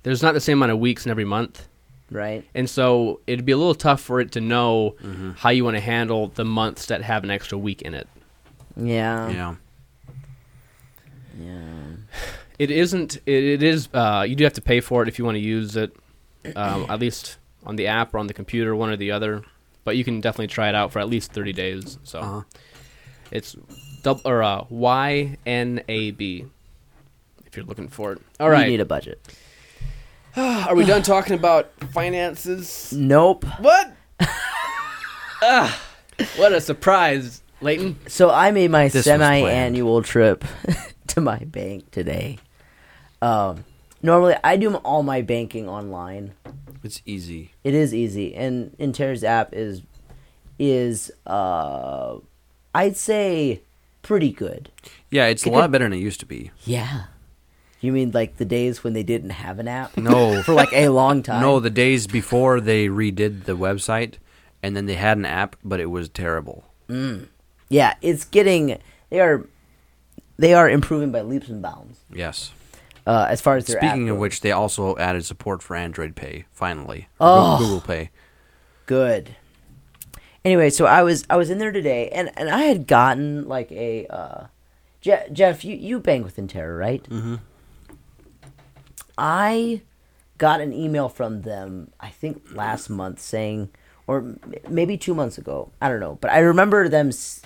Speaker 4: there's not the same amount of weeks in every month.
Speaker 5: Right?
Speaker 4: And so it'd be a little tough for it to know
Speaker 5: Mm-hmm.
Speaker 4: how you want to handle the months that have an extra week in it.
Speaker 5: Yeah.
Speaker 6: Yeah.
Speaker 4: It isn't. It, it is. Uh, you do have to pay for it if you want to use it, um, at least on the app or on the computer, one or the other. But you can definitely try it out for at least thirty days. So
Speaker 6: Uh-huh.
Speaker 4: it's double or uh, Y N A B if you're looking for it. All right.
Speaker 5: You need a budget.
Speaker 4: Are we done talking about finances?
Speaker 5: Nope.
Speaker 4: What? Ah, what a surprise, Leighton.
Speaker 5: So I made my
Speaker 6: This was
Speaker 5: semi-annual trip to my bank today. Um, normally I do m- all my banking online.
Speaker 6: It's easy.
Speaker 5: It is easy, and Inter's app is is uh, I'd say pretty good.
Speaker 6: Yeah, it's a
Speaker 5: Could
Speaker 6: lot
Speaker 5: it-
Speaker 6: better than it used to be.
Speaker 5: Yeah. You mean like the days when they didn't have an app?
Speaker 6: No.
Speaker 5: for like a long time.
Speaker 6: No, the days before they redid the website, and then they had an app, but it was terrible.
Speaker 5: yeah, it's getting they are they are improving by leaps and bounds
Speaker 6: Yes.
Speaker 5: uh, as far as their app
Speaker 6: Speaking of
Speaker 5: goes.
Speaker 6: which, they also added support for Android Pay finally. Or
Speaker 5: Oh.
Speaker 6: Google Google Pay.
Speaker 5: good. Anyway, so I was I was in there today, and and I had gotten like a uh, Je- Jeff. You you bang with Interra, right? Mm-hmm. I got an email from them. I think last month saying, or m- maybe two months ago. I don't know, but I remember them s-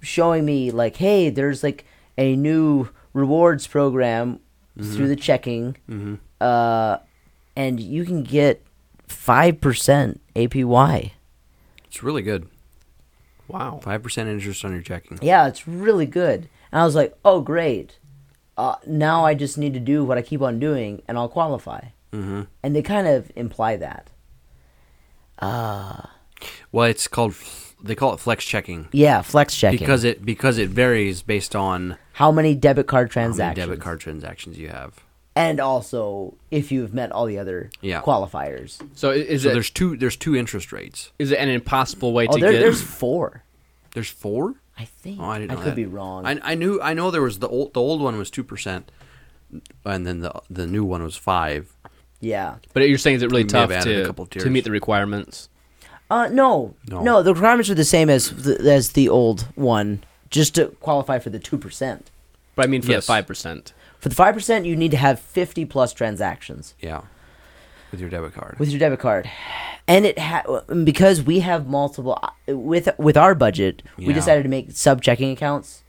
Speaker 5: showing me like, hey, there's like a new rewards program through the checking. Mm-hmm uh, and you can get five percent APY.
Speaker 6: It's really good.
Speaker 4: Wow.
Speaker 6: Five percent interest on your checking.
Speaker 5: Yeah, it's really good. And I was like, oh great. Uh, now I just need to do what I keep on doing, and I'll qualify. Mm-hmm. And they kind of imply that.
Speaker 6: Well, it's called. f- They call it flex checking
Speaker 5: Yeah, flex checking.
Speaker 6: because it because it varies based on
Speaker 5: how many debit card
Speaker 6: how many
Speaker 5: transactions?
Speaker 6: debit card transactions you have.
Speaker 5: And also, if you've met all the other
Speaker 6: Yeah.
Speaker 5: qualifiers.
Speaker 4: So i- is
Speaker 6: So
Speaker 4: it
Speaker 6: there's two there's two interest rates.
Speaker 4: is it an impossible way
Speaker 5: Oh,
Speaker 4: to
Speaker 5: there,
Speaker 4: get?
Speaker 5: there's four.
Speaker 6: There's four.
Speaker 5: I think.
Speaker 6: Oh, I didn't. Know
Speaker 5: could
Speaker 6: that.
Speaker 5: be wrong.
Speaker 6: I, I knew. I know there was the old. The old one was two percent, and then the the new one was five.
Speaker 5: yeah.
Speaker 4: but you're saying is it really
Speaker 6: may have
Speaker 4: tough
Speaker 6: added a
Speaker 4: to,
Speaker 6: couple
Speaker 4: to
Speaker 6: tiers.
Speaker 4: meet the requirements?
Speaker 5: Uh, no,
Speaker 6: No.
Speaker 5: no, The requirements are the same as the, as the old one, just to qualify for the two percent.
Speaker 4: But I mean for
Speaker 6: Yes.
Speaker 4: the five percent.
Speaker 5: For the five percent, you need to have fifty plus transactions
Speaker 6: Yeah, with your debit card.
Speaker 5: with your debit card, and it ha- because we have multiple with with our budget,
Speaker 6: Yeah.
Speaker 5: we decided to make sub checking accounts.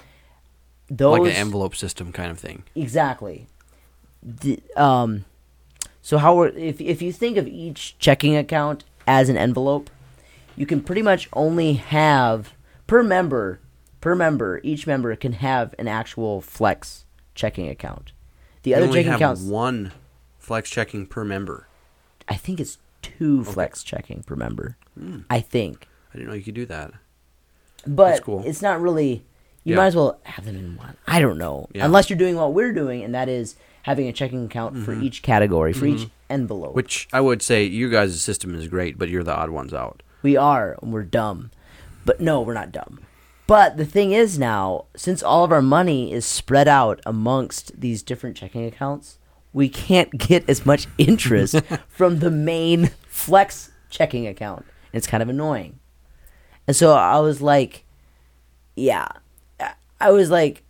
Speaker 5: Those
Speaker 6: like an envelope system kind of thing.
Speaker 5: exactly. The, um, so how we're, if if you think of each checking account as an envelope, you can pretty much only have per member per member each member can have an actual flex checking account. The
Speaker 6: You
Speaker 5: other
Speaker 6: only
Speaker 5: checking
Speaker 6: have
Speaker 5: accounts,
Speaker 6: one flex checking per member.
Speaker 5: I think it's two flex checking per member.
Speaker 6: Hmm.
Speaker 5: I think,
Speaker 6: I didn't know you could do that.
Speaker 5: but
Speaker 6: cool.
Speaker 5: it's not really. You
Speaker 6: Yeah.
Speaker 5: might as well have them in one. I don't know,
Speaker 6: Yeah.
Speaker 5: unless you're doing what we're doing, and that is having a checking account for
Speaker 6: Mm-hmm.
Speaker 5: each category, for each envelope.
Speaker 6: Which I would say you guys' system is great, but you're the odd ones out.
Speaker 5: We are, and we're dumb. But no, we're not dumb. But the thing is now, since all of our money is spread out amongst these different checking accounts, we can't get as much interest from the main flex checking account. It's kind of annoying. And so I was like, yeah. I- I was like,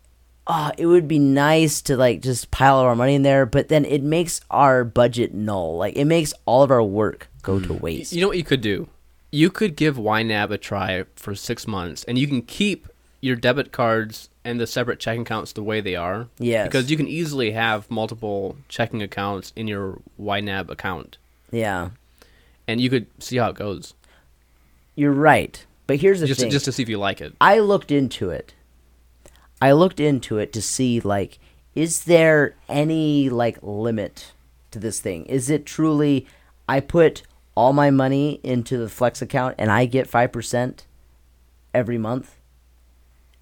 Speaker 5: oh, it would be nice to like just pile all our money in there, but then it makes our budget null. Like it makes all of our work go to waste.
Speaker 4: You know what you could do? You could give YNAB a try for six months, and you can keep your debit cards and the separate checking accounts the way they are.
Speaker 5: Yes.
Speaker 4: Because you can easily have multiple checking accounts in your YNAB account,
Speaker 5: Yeah.
Speaker 4: and you could see how it goes
Speaker 5: You're right. But here's the
Speaker 4: just
Speaker 5: thing.
Speaker 4: just to see if you like it.
Speaker 5: I looked into it. I looked into it to see like is there any like limit to this thing? Is it truly I put all my money into the flex account and I get 5% every month?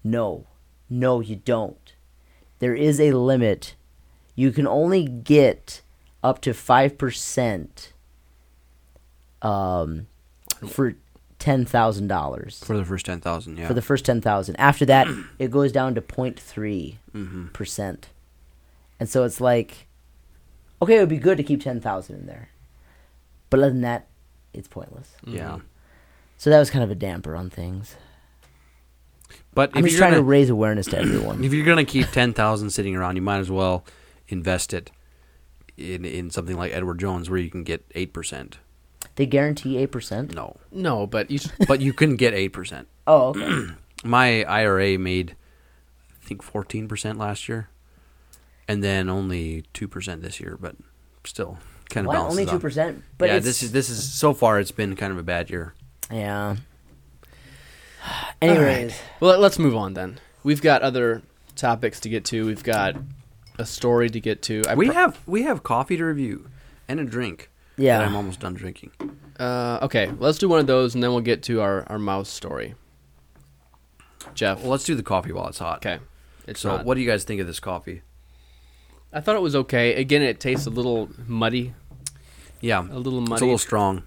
Speaker 5: No. No, you don't. There is a limit. You can only get up to 5% um for $10,000
Speaker 6: For the first ten thousand, yeah.
Speaker 5: for the first 10,000. After that, it goes down to
Speaker 6: Mm-hmm.
Speaker 5: 0.3%. percent And so it's like, okay, it would be good to keep 10,000 in there. But other than that, it's pointless.
Speaker 4: Mm-hmm.
Speaker 6: yeah.
Speaker 5: So that was kind of a damper on things.
Speaker 6: But
Speaker 5: I'm
Speaker 6: if
Speaker 5: just
Speaker 6: you're
Speaker 5: trying to
Speaker 6: gonna,
Speaker 5: raise awareness to everyone.
Speaker 6: if you're gonna keep ten thousand sitting around, you might as well invest it in in something like Edward Jones, where you can get eight percent.
Speaker 5: they guarantee 8%?
Speaker 6: No,
Speaker 4: No, but you
Speaker 6: but you can get eight percent.
Speaker 5: Oh, okay.
Speaker 6: my IRA made I think fourteen percent last year, and then only two percent this year. But still, kind of
Speaker 5: What?
Speaker 6: balances
Speaker 5: Only
Speaker 6: out.
Speaker 5: 2%? But
Speaker 6: yeah,
Speaker 5: it's,
Speaker 6: this is this is so far it's been kind of a bad year.
Speaker 5: Yeah. Anyways,
Speaker 4: well, let's move on then. We've got other topics to get to. We've got a story to get to. I
Speaker 6: We
Speaker 4: pro-
Speaker 6: have we have coffee to review and a drink. that
Speaker 5: Yeah.
Speaker 6: I'm almost done drinking.
Speaker 4: Uh, okay, let's do one of those, and then we'll get to our, our mouse story. Jeff.
Speaker 6: Well, let's do the coffee while it's hot.
Speaker 4: okay. It's
Speaker 6: So,
Speaker 4: not.
Speaker 6: what do you guys think of this coffee?
Speaker 4: I thought it was okay. Again, it tastes a little muddy.
Speaker 6: Yeah,
Speaker 4: A little
Speaker 6: It's
Speaker 4: muddy.
Speaker 6: a little strong.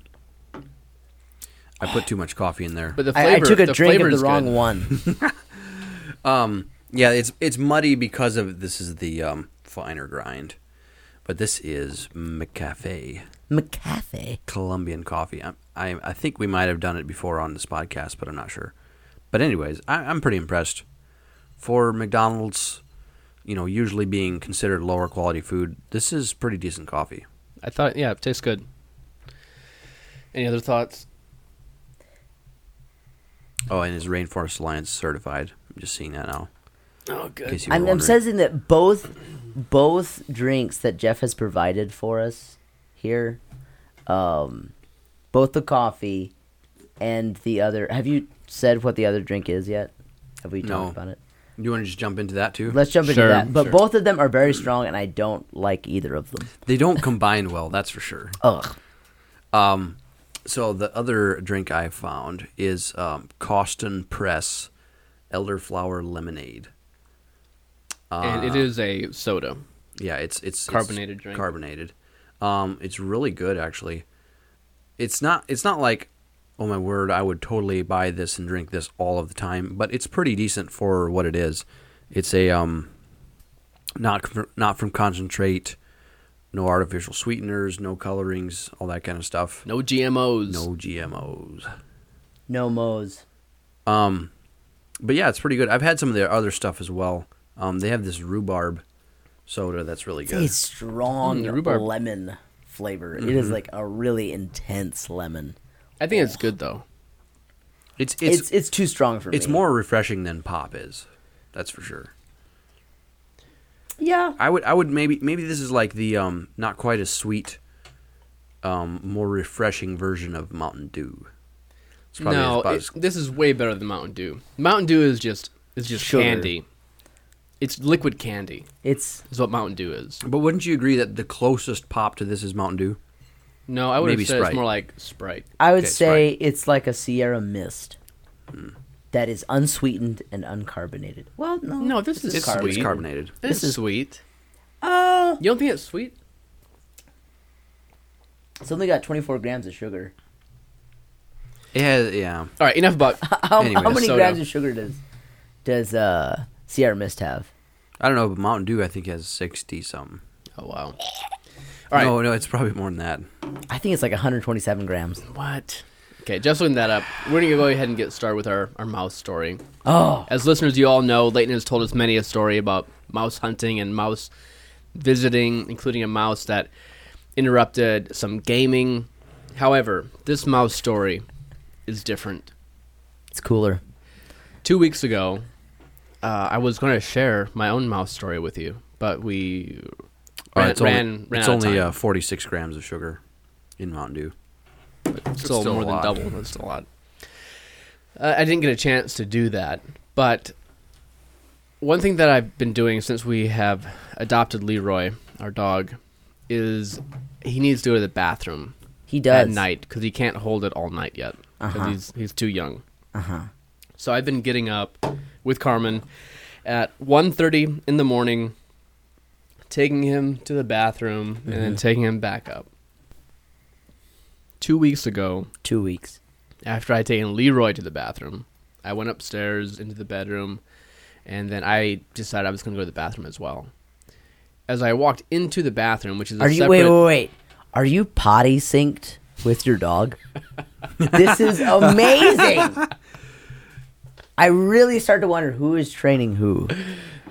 Speaker 6: I put too much coffee in there.
Speaker 4: But the flavor,
Speaker 5: I, I took a
Speaker 4: the
Speaker 5: drink
Speaker 4: flavor
Speaker 5: of the
Speaker 4: is
Speaker 5: wrong
Speaker 4: good.
Speaker 5: one.
Speaker 6: yeah, it's it's muddy because of this is the um, finer grind, but this is McCafe
Speaker 5: McCafe.
Speaker 6: Colombian coffee. I, I I think we might have done it before on this podcast, but I'm not sure. But anyways, I, I'm pretty impressed for McDonald's. You know, usually being considered lower quality food, this is pretty decent coffee.
Speaker 4: I thought, yeah, it tastes good. Any other thoughts?
Speaker 6: Oh, and is Rainforest Alliance certified? I'm just seeing that now.
Speaker 4: Oh,
Speaker 6: In
Speaker 4: good.
Speaker 6: case you were
Speaker 5: I'm, I'm
Speaker 6: wondering.
Speaker 5: sensing that both both drinks that Jeff has provided for us here, um, both the coffee and the other. Have you said what the other drink is yet? Have we talked
Speaker 6: No.
Speaker 5: about it?
Speaker 6: You want to just jump into that too?
Speaker 5: Let's jump into
Speaker 4: Sure,
Speaker 5: that. But
Speaker 4: sure.
Speaker 5: both of them are very strong, and I don't like either of them.
Speaker 6: They don't combine well, that's for sure.
Speaker 5: Ugh.
Speaker 6: Um, so the other drink I found is um, Coston Press elderflower lemonade. Uh,
Speaker 4: and
Speaker 5: uh,
Speaker 4: it is a soda.
Speaker 6: Yeah, it's it's it's
Speaker 4: Carbonated drink.
Speaker 6: Carbonated. Um, it's really good actually. It's not it's not like oh my word, I would totally buy this and drink this all of the time, but it's pretty decent for what it is. It's a um not from- not from concentrate, no artificial sweeteners, no colorings, all that kind of stuff.
Speaker 4: No GMOs.
Speaker 6: No GMOs.
Speaker 5: No mo's.
Speaker 6: Um, but yeah, it's pretty good. I've had some of their other stuff as well. Um, they have this rhubarb soda that's really good.
Speaker 5: It's strong
Speaker 4: Mm, the rhubarb.
Speaker 5: lemon flavor. It
Speaker 6: Mm-hmm.
Speaker 5: is like a really intense lemon.
Speaker 4: I think it's good though.
Speaker 6: It's
Speaker 5: It's
Speaker 6: it's
Speaker 5: it's, too strong for me.
Speaker 6: it's more refreshing than pop is. That's for sure.
Speaker 5: Yeah.
Speaker 6: I would I would maybe maybe this is like the um not quite as sweet, um more refreshing version of Mountain Dew. It's probably
Speaker 4: no,
Speaker 6: about
Speaker 4: it-
Speaker 6: as-
Speaker 4: this is way better than Mountain Dew. Mountain Dew is just is just
Speaker 5: Sugar.
Speaker 4: candy. It's liquid candy.
Speaker 5: It's
Speaker 4: Is what Mountain Dew is.
Speaker 6: but wouldn't you agree that the closest pop to this is Mountain Dew?
Speaker 4: No, I would
Speaker 6: Maybe
Speaker 4: have said
Speaker 6: Sprite.
Speaker 4: it's more like Sprite.
Speaker 5: I would
Speaker 6: Okay, it's
Speaker 5: say
Speaker 6: right.
Speaker 5: it's like a Sierra Mist that is unsweetened and uncarbonated. Well, no,
Speaker 4: No, this is
Speaker 6: It's,
Speaker 4: carbonated.
Speaker 6: it's carbonated.
Speaker 4: This is sweet.
Speaker 5: Uh,
Speaker 4: You don't think it's sweet?
Speaker 5: it's only got 24 grams of sugar.
Speaker 6: It has yeah.
Speaker 4: All right, enough about.
Speaker 5: How,
Speaker 6: Anyway,
Speaker 5: how many
Speaker 4: soda.
Speaker 5: grams of sugar does does uh, Sierra Mist have?
Speaker 6: I don't know, but Mountain Dew I think has sixty something.
Speaker 4: Oh wow. All right.
Speaker 6: No, no, it's probably more than that.
Speaker 5: I think it's like 127 grams.
Speaker 4: What? Okay, just looking that up. We're gonna go ahead and get started with our our mouse story.
Speaker 5: Oh,
Speaker 4: As listeners, you all know, Leighton has told us many a story about mouse hunting and mouse visiting, including a mouse that interrupted some gaming. However, this mouse story is different.
Speaker 5: it's cooler.
Speaker 4: Two weeks ago, uh, I was going to share my own mouse story with you, but we ran,
Speaker 6: Uh, it's
Speaker 4: ran,
Speaker 6: only,
Speaker 4: ran
Speaker 6: it's
Speaker 4: out of
Speaker 6: only
Speaker 4: time.
Speaker 6: uh, 46 grams of sugar in Mountain Dew.
Speaker 4: still,
Speaker 6: still
Speaker 4: more
Speaker 6: a
Speaker 4: than
Speaker 6: lot.
Speaker 4: double. That's still a lot. Uh, I didn't get a chance to do that, but one thing that I've been doing since we have adopted Leroy, our dog, is he needs to go to the bathroom
Speaker 5: He does. Uh-huh.
Speaker 4: at night because he can't hold it all night yet because he's he's too young. So I've been getting up with Carmen at 1.30 in the morning, taking him to the bathroom and
Speaker 5: Mm-hmm.
Speaker 4: then taking him back up. Two weeks ago,
Speaker 5: Two weeks.
Speaker 4: after I'd taken Leroy to the bathroom, I went upstairs into the bedroom, and then I decided I was going to go to the bathroom as well. As I walked into the bathroom, which is a
Speaker 5: Are you
Speaker 4: separate,
Speaker 5: wait, wait, wait? Are you potty synced with your dog? this is amazing. I really start to wonder who is training who.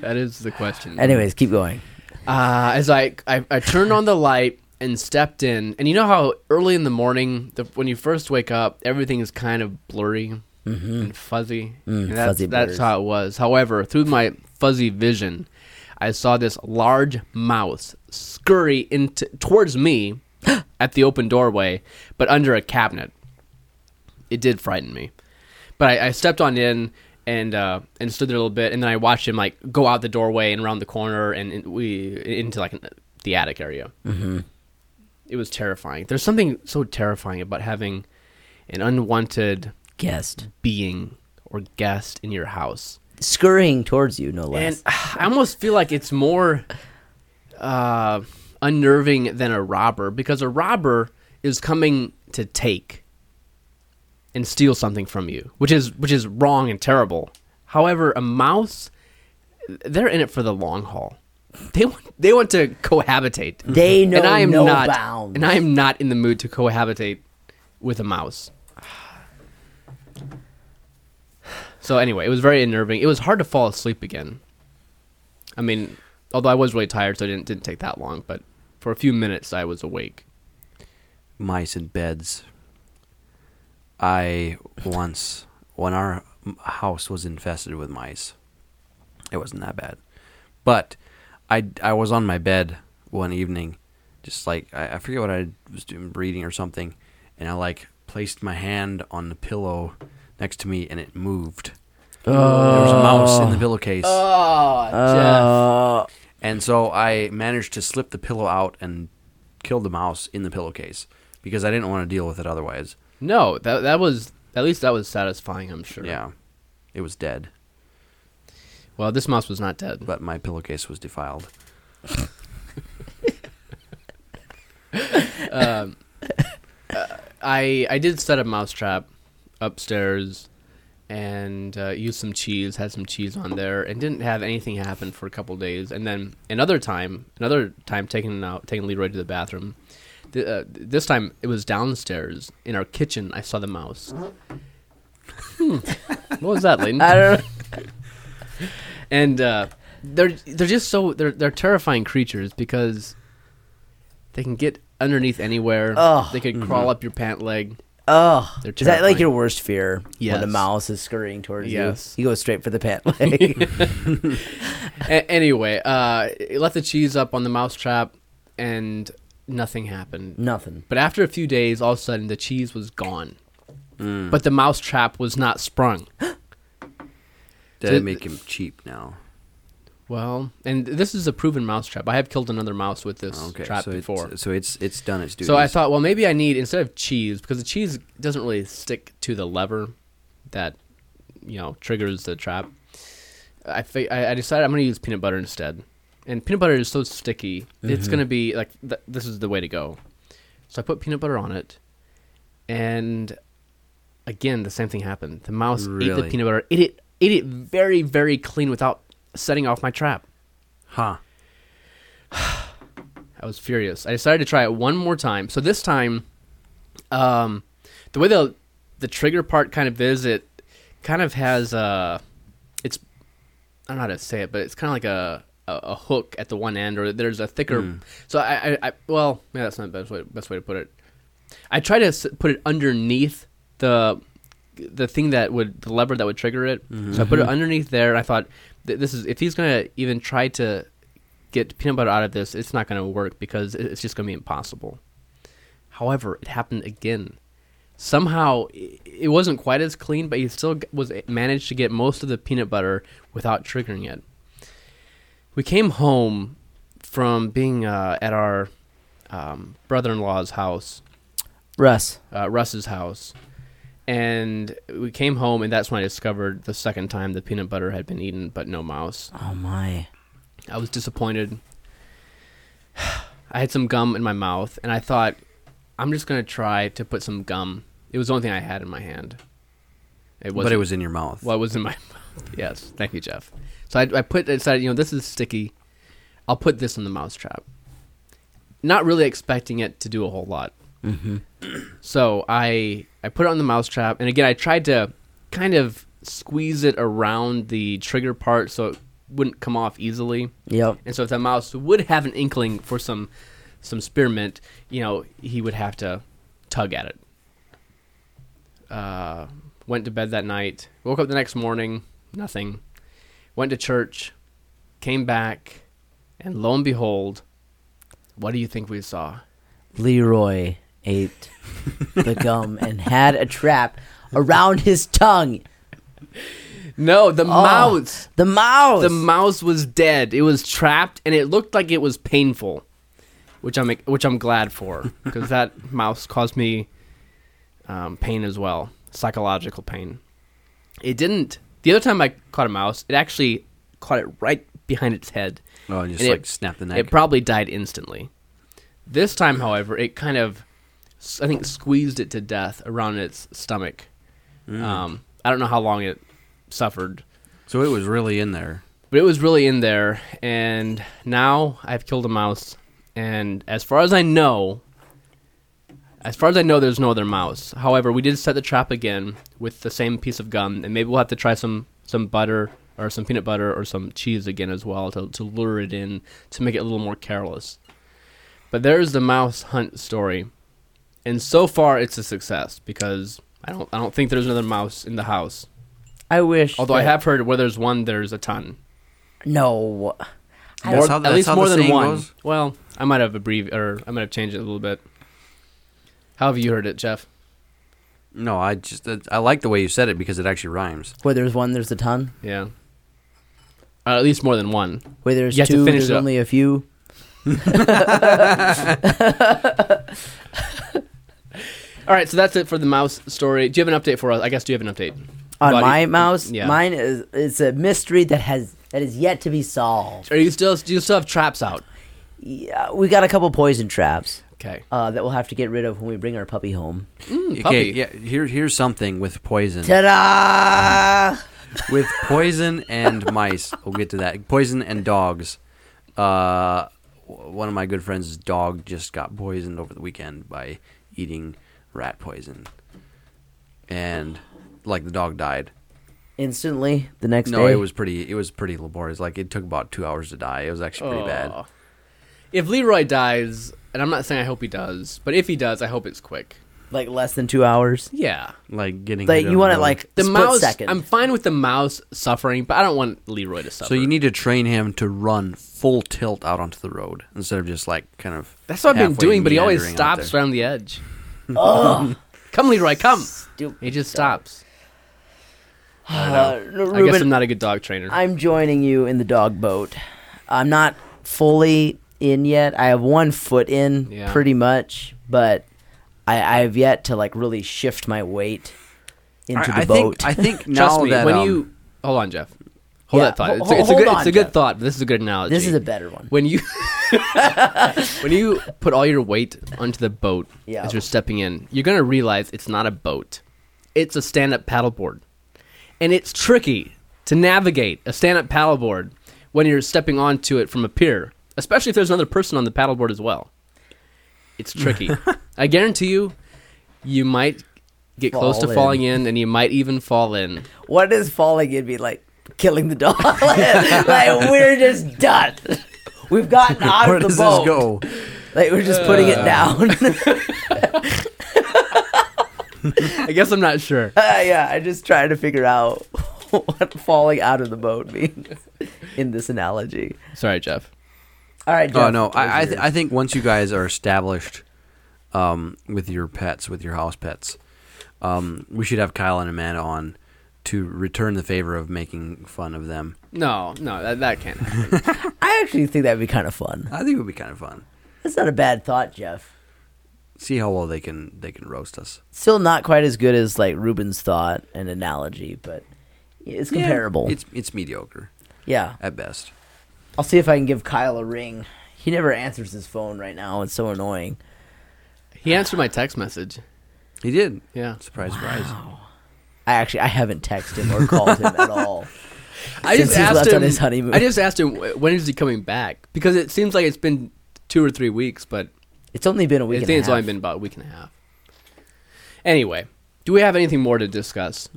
Speaker 4: that is the question.
Speaker 5: Anyways, keep going.
Speaker 4: Uh, as I, I I turned on the light and stepped in, and you know how early in the morning, the, when you first wake up, everything is kind of blurry and fuzzy. and that's,
Speaker 5: Mm-hmm. Mm, fuzzy
Speaker 4: that's
Speaker 5: blurs.
Speaker 4: how it was. However, through my fuzzy vision, I saw this large mouse scurry into towards me at the open doorway, but under a cabinet. It did frighten me, but I, I stepped on in and uh, and stood there a little bit, and then I watched him like go out the doorway and around the corner and, and we into like the attic area. Mm-hmm. It was terrifying. There's something so terrifying about having an unwanted
Speaker 5: Guest
Speaker 4: being or guest in your house.
Speaker 5: scurrying towards you, no
Speaker 4: And
Speaker 5: less.
Speaker 4: I almost feel like it's more uh, unnerving than a robber because a robber is coming to take and steal something from you, which is which is wrong and terrible. However, a mouse, they're in it for the long haul. They want they want to cohabitate.
Speaker 5: They know
Speaker 4: and I am
Speaker 5: no
Speaker 4: not,
Speaker 5: bounds.
Speaker 4: and I am not in the mood to cohabitate with a mouse. So anyway, it was very unnerving. It was hard to fall asleep again. I mean, although I was really tired, so it didn't didn't take that long. But for a few minutes, I was awake.
Speaker 6: mice in beds. I once, when our m- house was infested with mice, it wasn't that bad. But I, I was on my bed one evening, just like, I, I forget what I was doing, reading or something, and I like placed my hand on the pillow next to me and it moved. There was a mouse
Speaker 4: Oh.
Speaker 6: in the pillowcase.
Speaker 5: Oh,
Speaker 6: And so I managed to slip the pillow out and kill the mouse in the pillowcase because I didn't want to deal with it otherwise.
Speaker 4: No, that that was at least that was satisfying. I'm sure.
Speaker 6: Yeah. It was dead,
Speaker 4: Well, this mouse was not dead.
Speaker 6: but my pillowcase was defiled.
Speaker 4: I I did set a mouse trap upstairs and uh, used some cheese, had some cheese on there, and didn't have anything happen for a couple days. And then another time, another time taking out taking Leroy to the bathroom. Th- uh, this time it was downstairs in our kitchen. I saw the mouse. Hmm. What was that, Layton?
Speaker 5: Uh-huh. I don't know.
Speaker 4: and uh, they're they're just so they're they're terrifying creatures because they can get underneath anywhere.
Speaker 5: Ugh.
Speaker 4: they could crawl up your pant leg.
Speaker 5: Oh,
Speaker 4: They're
Speaker 5: is that like
Speaker 4: terrifying.
Speaker 5: your worst fear? When
Speaker 4: Yes.
Speaker 5: a mouse is scurrying towards
Speaker 4: Yes.
Speaker 5: you, you go straight for the pant leg.
Speaker 4: A- anyway, uh, it left the cheese up on the mousetrap, and nothing happened.
Speaker 5: Nothing.
Speaker 4: But after a few days, all of a sudden, the cheese was gone.
Speaker 6: Mm.
Speaker 4: But the mousetrap was not sprung.
Speaker 6: Did
Speaker 4: So-
Speaker 6: it make him cheap now?
Speaker 4: Well, and this is a proven mousetrap. I have killed another mouse with this
Speaker 6: Okay.
Speaker 4: trap
Speaker 6: so,
Speaker 4: before.
Speaker 6: It's, so it's it's done its duty.
Speaker 4: So I thought, well, maybe I need instead of cheese because the cheese doesn't really stick to the lever that you know triggers the trap. I fi- I I decided I'm going to use peanut butter instead, and peanut butter is so sticky. It's going to be like th- this is the way to go. So I put peanut butter on it, and again the same thing happened. The mouse ate the
Speaker 6: Really?
Speaker 4: peanut butter, ate it, ate it very very clean without setting off my trap.
Speaker 6: Huh.
Speaker 4: I was furious. I decided to try it one more time. So this time, um, the way the the trigger part kind of is, it kind of has uh, it's I don't know how to say it, but it's kind of like a a, a hook at the one end, or there's a thicker. So I, I, I well, yeah, that's not the best way best way to put it. I try to s- put it underneath the the thing that would the lever that would trigger it. So I put it underneath there, and I thought th- this is if he's gonna even try to get peanut butter out of this, it's not gonna work because it- it's just gonna be impossible. However, it happened again. Somehow i- it wasn't quite as clean, but he still g- was eh, managed to get most of the peanut butter without triggering it. We came home from being uh, at our um, brother-in-law's house,
Speaker 5: Russ,
Speaker 4: uh, Russ's house, and we came home, and that's when I discovered the second time the peanut butter had been eaten, but no mouse.
Speaker 5: oh my,
Speaker 4: I was disappointed. I had some gum in my mouth, and I thought, I'm just gonna try to put some gum. It was the only thing I had in my hand. It was,
Speaker 6: but it was in your mouth.
Speaker 4: well, it was in my mouth. Yes, thank you, Jeff. So I, I put I decided, you know, this is sticky. I'll put this in the mousetrap. Not really expecting it to do a whole lot. So I I put it on the mousetrap, and again I tried to kind of squeeze it around the trigger part so it wouldn't come off easily.
Speaker 5: yep.
Speaker 4: And so if the mouse would have an inkling for some some spearmint, you know, he would have to tug at it. Uh, went to bed that night. Woke up the next morning, nothing. Went to church, came back, and lo and behold, what do you think we saw?
Speaker 5: Leroy ate the gum and had a trap around his tongue.
Speaker 4: No, the
Speaker 5: Oh,
Speaker 4: mouse.
Speaker 5: The mouse.
Speaker 4: The mouse was dead. It was trapped, and it looked like it was painful, which I'm which I'm glad for because that mouse caused me um, pain as well, psychological pain. It didn't. The other time I caught a mouse, it actually caught it right behind its head.
Speaker 6: Oh, and just, like, snapped the neck.
Speaker 4: It probably died instantly. This time, however, it kind of, s- I think, squeezed it to death around its stomach.
Speaker 6: Mm.
Speaker 4: Um, I don't know how long it suffered.
Speaker 6: So it was really in there.
Speaker 4: But it was really in there, and now I've killed a mouse. And as far as I know, as far as I know, there's no other mouse. However, we did set the trap again with the same piece of gum, and maybe we'll have to try some some butter or some peanut butter or some cheese again as well to to lure it in to make it a little more careless. But there's the mouse hunt story, and so far it's a success because I don't I don't think there's another mouse in the house.
Speaker 5: I wish.
Speaker 4: Although I
Speaker 5: that-
Speaker 4: have heard where there's one, there's a ton.
Speaker 5: no.
Speaker 6: That's how-
Speaker 4: at
Speaker 6: that's
Speaker 4: least
Speaker 6: how the
Speaker 4: more than
Speaker 6: saying
Speaker 4: one.
Speaker 6: goes?
Speaker 4: Well, I might have abbrevi- or I might have changed it a little bit. How have you heard it, Jeff?
Speaker 6: No, I just I like the way you said it because it actually rhymes.
Speaker 5: Where there's one, there's a ton.
Speaker 4: Yeah. Uh, at least more than one.
Speaker 5: Where there's
Speaker 4: You have to
Speaker 5: two,
Speaker 4: finish
Speaker 5: there's
Speaker 4: it up.
Speaker 5: only a few.
Speaker 4: All right, so that's it for the mouse story. Do you have an update for us? I guess do you have an update
Speaker 5: On
Speaker 4: Buddy.
Speaker 5: my mouse,
Speaker 4: Yeah.
Speaker 5: mine is it's a mystery that has that is yet to be solved.
Speaker 4: Are you still do you still have traps out?
Speaker 5: Yeah, we got a couple poison traps
Speaker 4: Okay.
Speaker 5: uh, that we'll have to get rid of when we bring our puppy home.
Speaker 6: Okay,
Speaker 4: Hmm, puppy.
Speaker 6: yeah. Here, here's something with poison.
Speaker 5: Ta-da!
Speaker 6: with poison and mice. We'll get to that. Poison and dogs. Uh, w- one of my good friends' dog just got poisoned over the weekend by eating rat poison, and like the dog died.
Speaker 5: Instantly, the next
Speaker 6: No,
Speaker 5: day.
Speaker 6: it was pretty. It was pretty laborious. Like it took about two hours to die. It was actually pretty bad.
Speaker 4: Aw. If Leroy dies, and I'm not saying I hope he does, but if he does, I hope it's quick.
Speaker 5: like less than two hours.
Speaker 4: Yeah.
Speaker 6: Like getting
Speaker 5: Like
Speaker 6: rid
Speaker 5: you
Speaker 6: of
Speaker 5: want it
Speaker 6: the-
Speaker 5: like
Speaker 4: The
Speaker 5: split
Speaker 4: mouse.
Speaker 5: 2nd
Speaker 4: I'm fine with the mouse suffering, but I don't want Leroy to suffer.
Speaker 6: So you need to train him to run full tilt out onto the road instead of just like kind of.
Speaker 4: That's what I've been
Speaker 6: halfway
Speaker 4: doing, but he always
Speaker 6: meandering out
Speaker 4: stops
Speaker 6: there.
Speaker 4: around the edge. come, Leroy, come. He just stops.
Speaker 5: Uh, no,
Speaker 4: I guess
Speaker 5: Ruben,
Speaker 4: I'm not a good dog trainer.
Speaker 5: I'm joining you in the dog boat. I'm not fully in yet. I have one foot in,
Speaker 4: Yeah.
Speaker 5: pretty much, but I, I've yet to like really shift my weight into the
Speaker 6: I, I
Speaker 5: boat.
Speaker 6: think. I think now
Speaker 4: Trust me,
Speaker 6: that
Speaker 4: when
Speaker 6: um,
Speaker 4: you hold on, Jeff. Hold
Speaker 5: Yeah,
Speaker 4: that thought.
Speaker 5: ho-
Speaker 4: It's
Speaker 5: ho-
Speaker 4: a, it's a
Speaker 5: hold
Speaker 4: good, it's
Speaker 5: on,
Speaker 4: a good
Speaker 5: Jeff.
Speaker 4: thought. But this is a good analogy.
Speaker 5: this is a better one.
Speaker 4: When you when you put all your weight onto the boat
Speaker 5: Yeah.
Speaker 4: as you're stepping in, you're gonna realize it's not a boat. It's a stand-up paddleboard, and it's tricky to navigate a stand-up paddleboard when you're stepping onto it from a pier, especially if there's another person on the paddleboard as well. It's tricky. I guarantee you, you might get close
Speaker 5: Fall
Speaker 4: to falling in, and you might even fall in.
Speaker 5: What does falling in be like? Killing the dog? like, we're just done. We've gotten out
Speaker 6: where
Speaker 5: of the
Speaker 6: does
Speaker 5: boat.
Speaker 6: this go?
Speaker 5: Like we're just putting it down.
Speaker 4: I guess I'm not sure.
Speaker 5: Uh, yeah, I just trying to figure out what falling out of the boat means in this analogy.
Speaker 4: Sorry, Jeff.
Speaker 5: All right, Jeff.
Speaker 6: Oh no,
Speaker 5: what was
Speaker 6: I I,
Speaker 5: yours?
Speaker 6: th- I think once you guys are established um, with your pets, with your house pets, um, we should have Kyle and Amanda on to return the favor of making fun of them.
Speaker 4: No, no, that, that can't. happen.
Speaker 5: I actually think that'd be kind of fun.
Speaker 6: I think it would be kind of fun.
Speaker 5: That's not a bad thought, Jeff.
Speaker 6: See how well they can they can roast us.
Speaker 5: Still not quite as good as like Ruben's thought and analogy, but it's comparable.
Speaker 6: It's it's mediocre
Speaker 5: yeah,
Speaker 6: at best.
Speaker 5: I'll see if I can give Kyle a ring. He never answers his phone right now. It's so annoying.
Speaker 4: He answered my text message.
Speaker 6: He did.
Speaker 4: Yeah.
Speaker 6: Surprise, surprise.
Speaker 5: I actually I haven't texted him or called him at all.
Speaker 4: I
Speaker 5: Since
Speaker 4: just
Speaker 5: he's
Speaker 4: asked
Speaker 5: left
Speaker 4: him.
Speaker 5: on his honeymoon.
Speaker 4: I just asked him "Wh- when is he coming back because it seems like it's been two or three weeks, but
Speaker 5: It's only been a
Speaker 4: I
Speaker 5: week.
Speaker 4: think
Speaker 5: and a
Speaker 4: it's only
Speaker 5: half.
Speaker 4: been about a week and a half. Anyway, do we have anything more to discuss?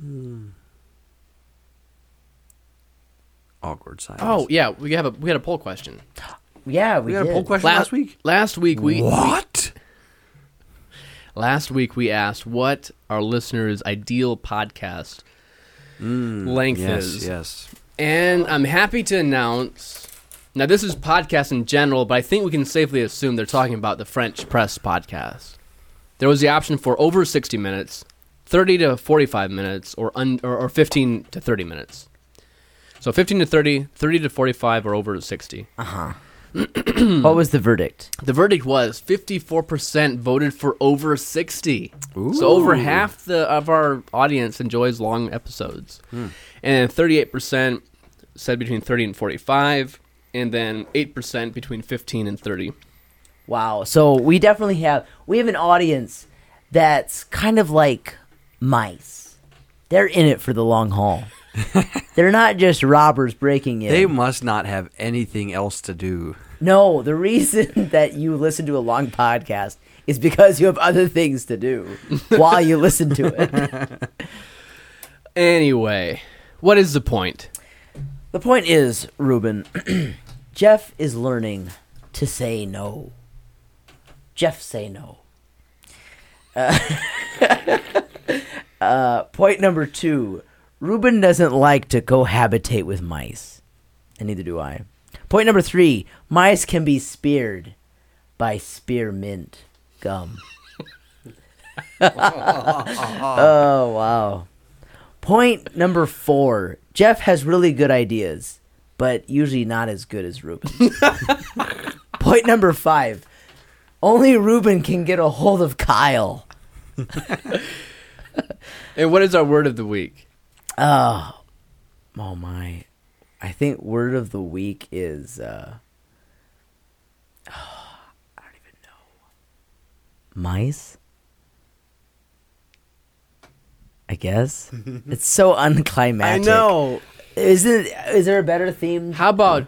Speaker 6: Awkward silence.
Speaker 4: Oh yeah, we have a we had a poll question.
Speaker 5: Yeah, we,
Speaker 6: we got
Speaker 5: did.
Speaker 6: a poll question
Speaker 4: La-
Speaker 6: last week.
Speaker 4: Last week we
Speaker 6: What?
Speaker 4: last week we asked what our listeners' ideal podcast
Speaker 5: Mm,
Speaker 4: length
Speaker 6: Yes,
Speaker 4: is.
Speaker 6: yes.
Speaker 4: And I'm happy to announce. Now, this is podcast in general, but I think we can safely assume they're talking about the French Press podcast. There was the option for over 60 minutes, 30 to 45 minutes or, un, or or 15 to 30 minutes. So 15 to 30, 30 to 45 or over 60.
Speaker 5: What was the verdict?
Speaker 4: The verdict was 54% voted for over 60. So over half the of our audience enjoys long episodes. And 38% said between 30 and 45 and then 8% between 15 and 30.
Speaker 5: Wow. So we definitely have we have an audience that's kind of like mice. They're in it for the long haul. They're not just robbers breaking in.
Speaker 6: They must not have anything else to do.
Speaker 5: No, the reason that you listen to a long podcast is because you have other things to do while you listen to it.
Speaker 4: Anyway, what is the point?
Speaker 5: The point is, Ruben, Jeff is learning to say no. Jeff say no. Uh, uh, point number two Ruben doesn't like to cohabitate with mice, and neither do I. Point number three mice can be speared by spearmint gum. oh, wow. Point number four. Jeff has really good ideas, but usually not as good as Ruben. Point number five. Only Ruben can get a hold of Kyle.
Speaker 4: And what is our word of the week?
Speaker 5: Oh my. I think word of the week is uh I don't even know. Mice? I guess. it's so unclimactic. Isn't is there a better theme?
Speaker 4: How about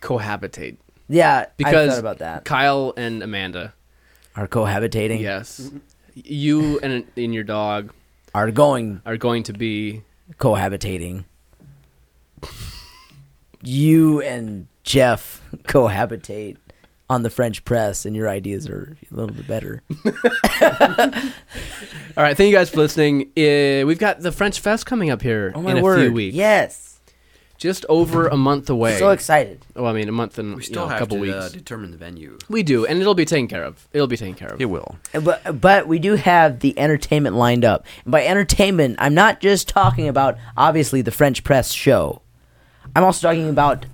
Speaker 4: cohabitate?
Speaker 5: yeah, I
Speaker 4: Because
Speaker 5: thought about that.
Speaker 4: Kyle and Amanda,
Speaker 5: Are cohabitating?
Speaker 4: yes, you and and your dog
Speaker 5: Are going
Speaker 4: are going to be
Speaker 5: cohabitating. you and Jeff cohabitate on the French press, and your ideas are a little bit better.
Speaker 4: All right, thank you guys for listening. Uh, we've got the French Fest coming up here
Speaker 5: Oh
Speaker 4: in a few weeks.
Speaker 5: Yes,
Speaker 4: Just over a month away.
Speaker 5: so excited.
Speaker 4: well, I mean, a month and you
Speaker 6: We still
Speaker 4: know, a
Speaker 6: have
Speaker 4: couple
Speaker 6: to
Speaker 4: weeks.
Speaker 6: uh, determine the venue.
Speaker 4: we do, and it'll be taken care of. It'll be taken care of.
Speaker 6: It will.
Speaker 5: But but we do have the entertainment lined up. And by entertainment, I'm not just talking about obviously the French press show. I'm also talking about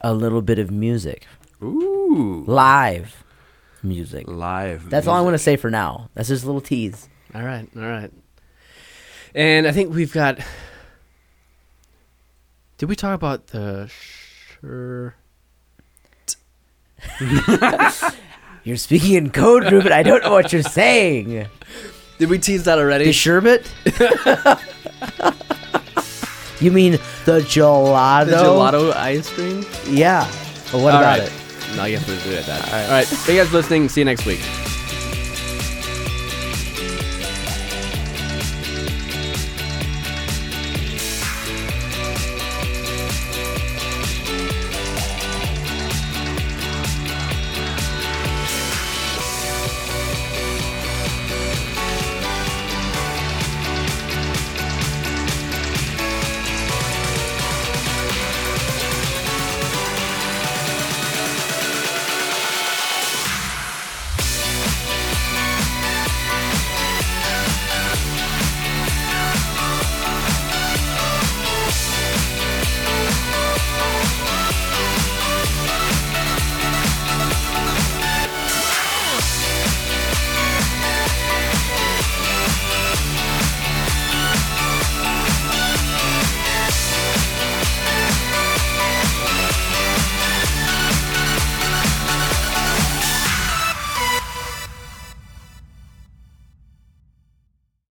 Speaker 5: a little bit of music,
Speaker 6: Ooh,
Speaker 5: live music.
Speaker 6: live.
Speaker 5: That's all I
Speaker 6: music.
Speaker 5: want to say for now. That's just a little tease.
Speaker 4: All right, all right. And I think we've got. Did we talk about the sure?
Speaker 5: You're speaking in code, Ruben. I don't know what you're saying.
Speaker 4: Did we tease that already?
Speaker 5: The sherbet? you mean the gelato?
Speaker 4: The gelato ice cream.
Speaker 5: Yeah. Well, what
Speaker 4: All
Speaker 5: about
Speaker 4: right.
Speaker 5: it?
Speaker 4: No, you have to leave it at that. All right. All right. Thank you guys for listening. See you next week.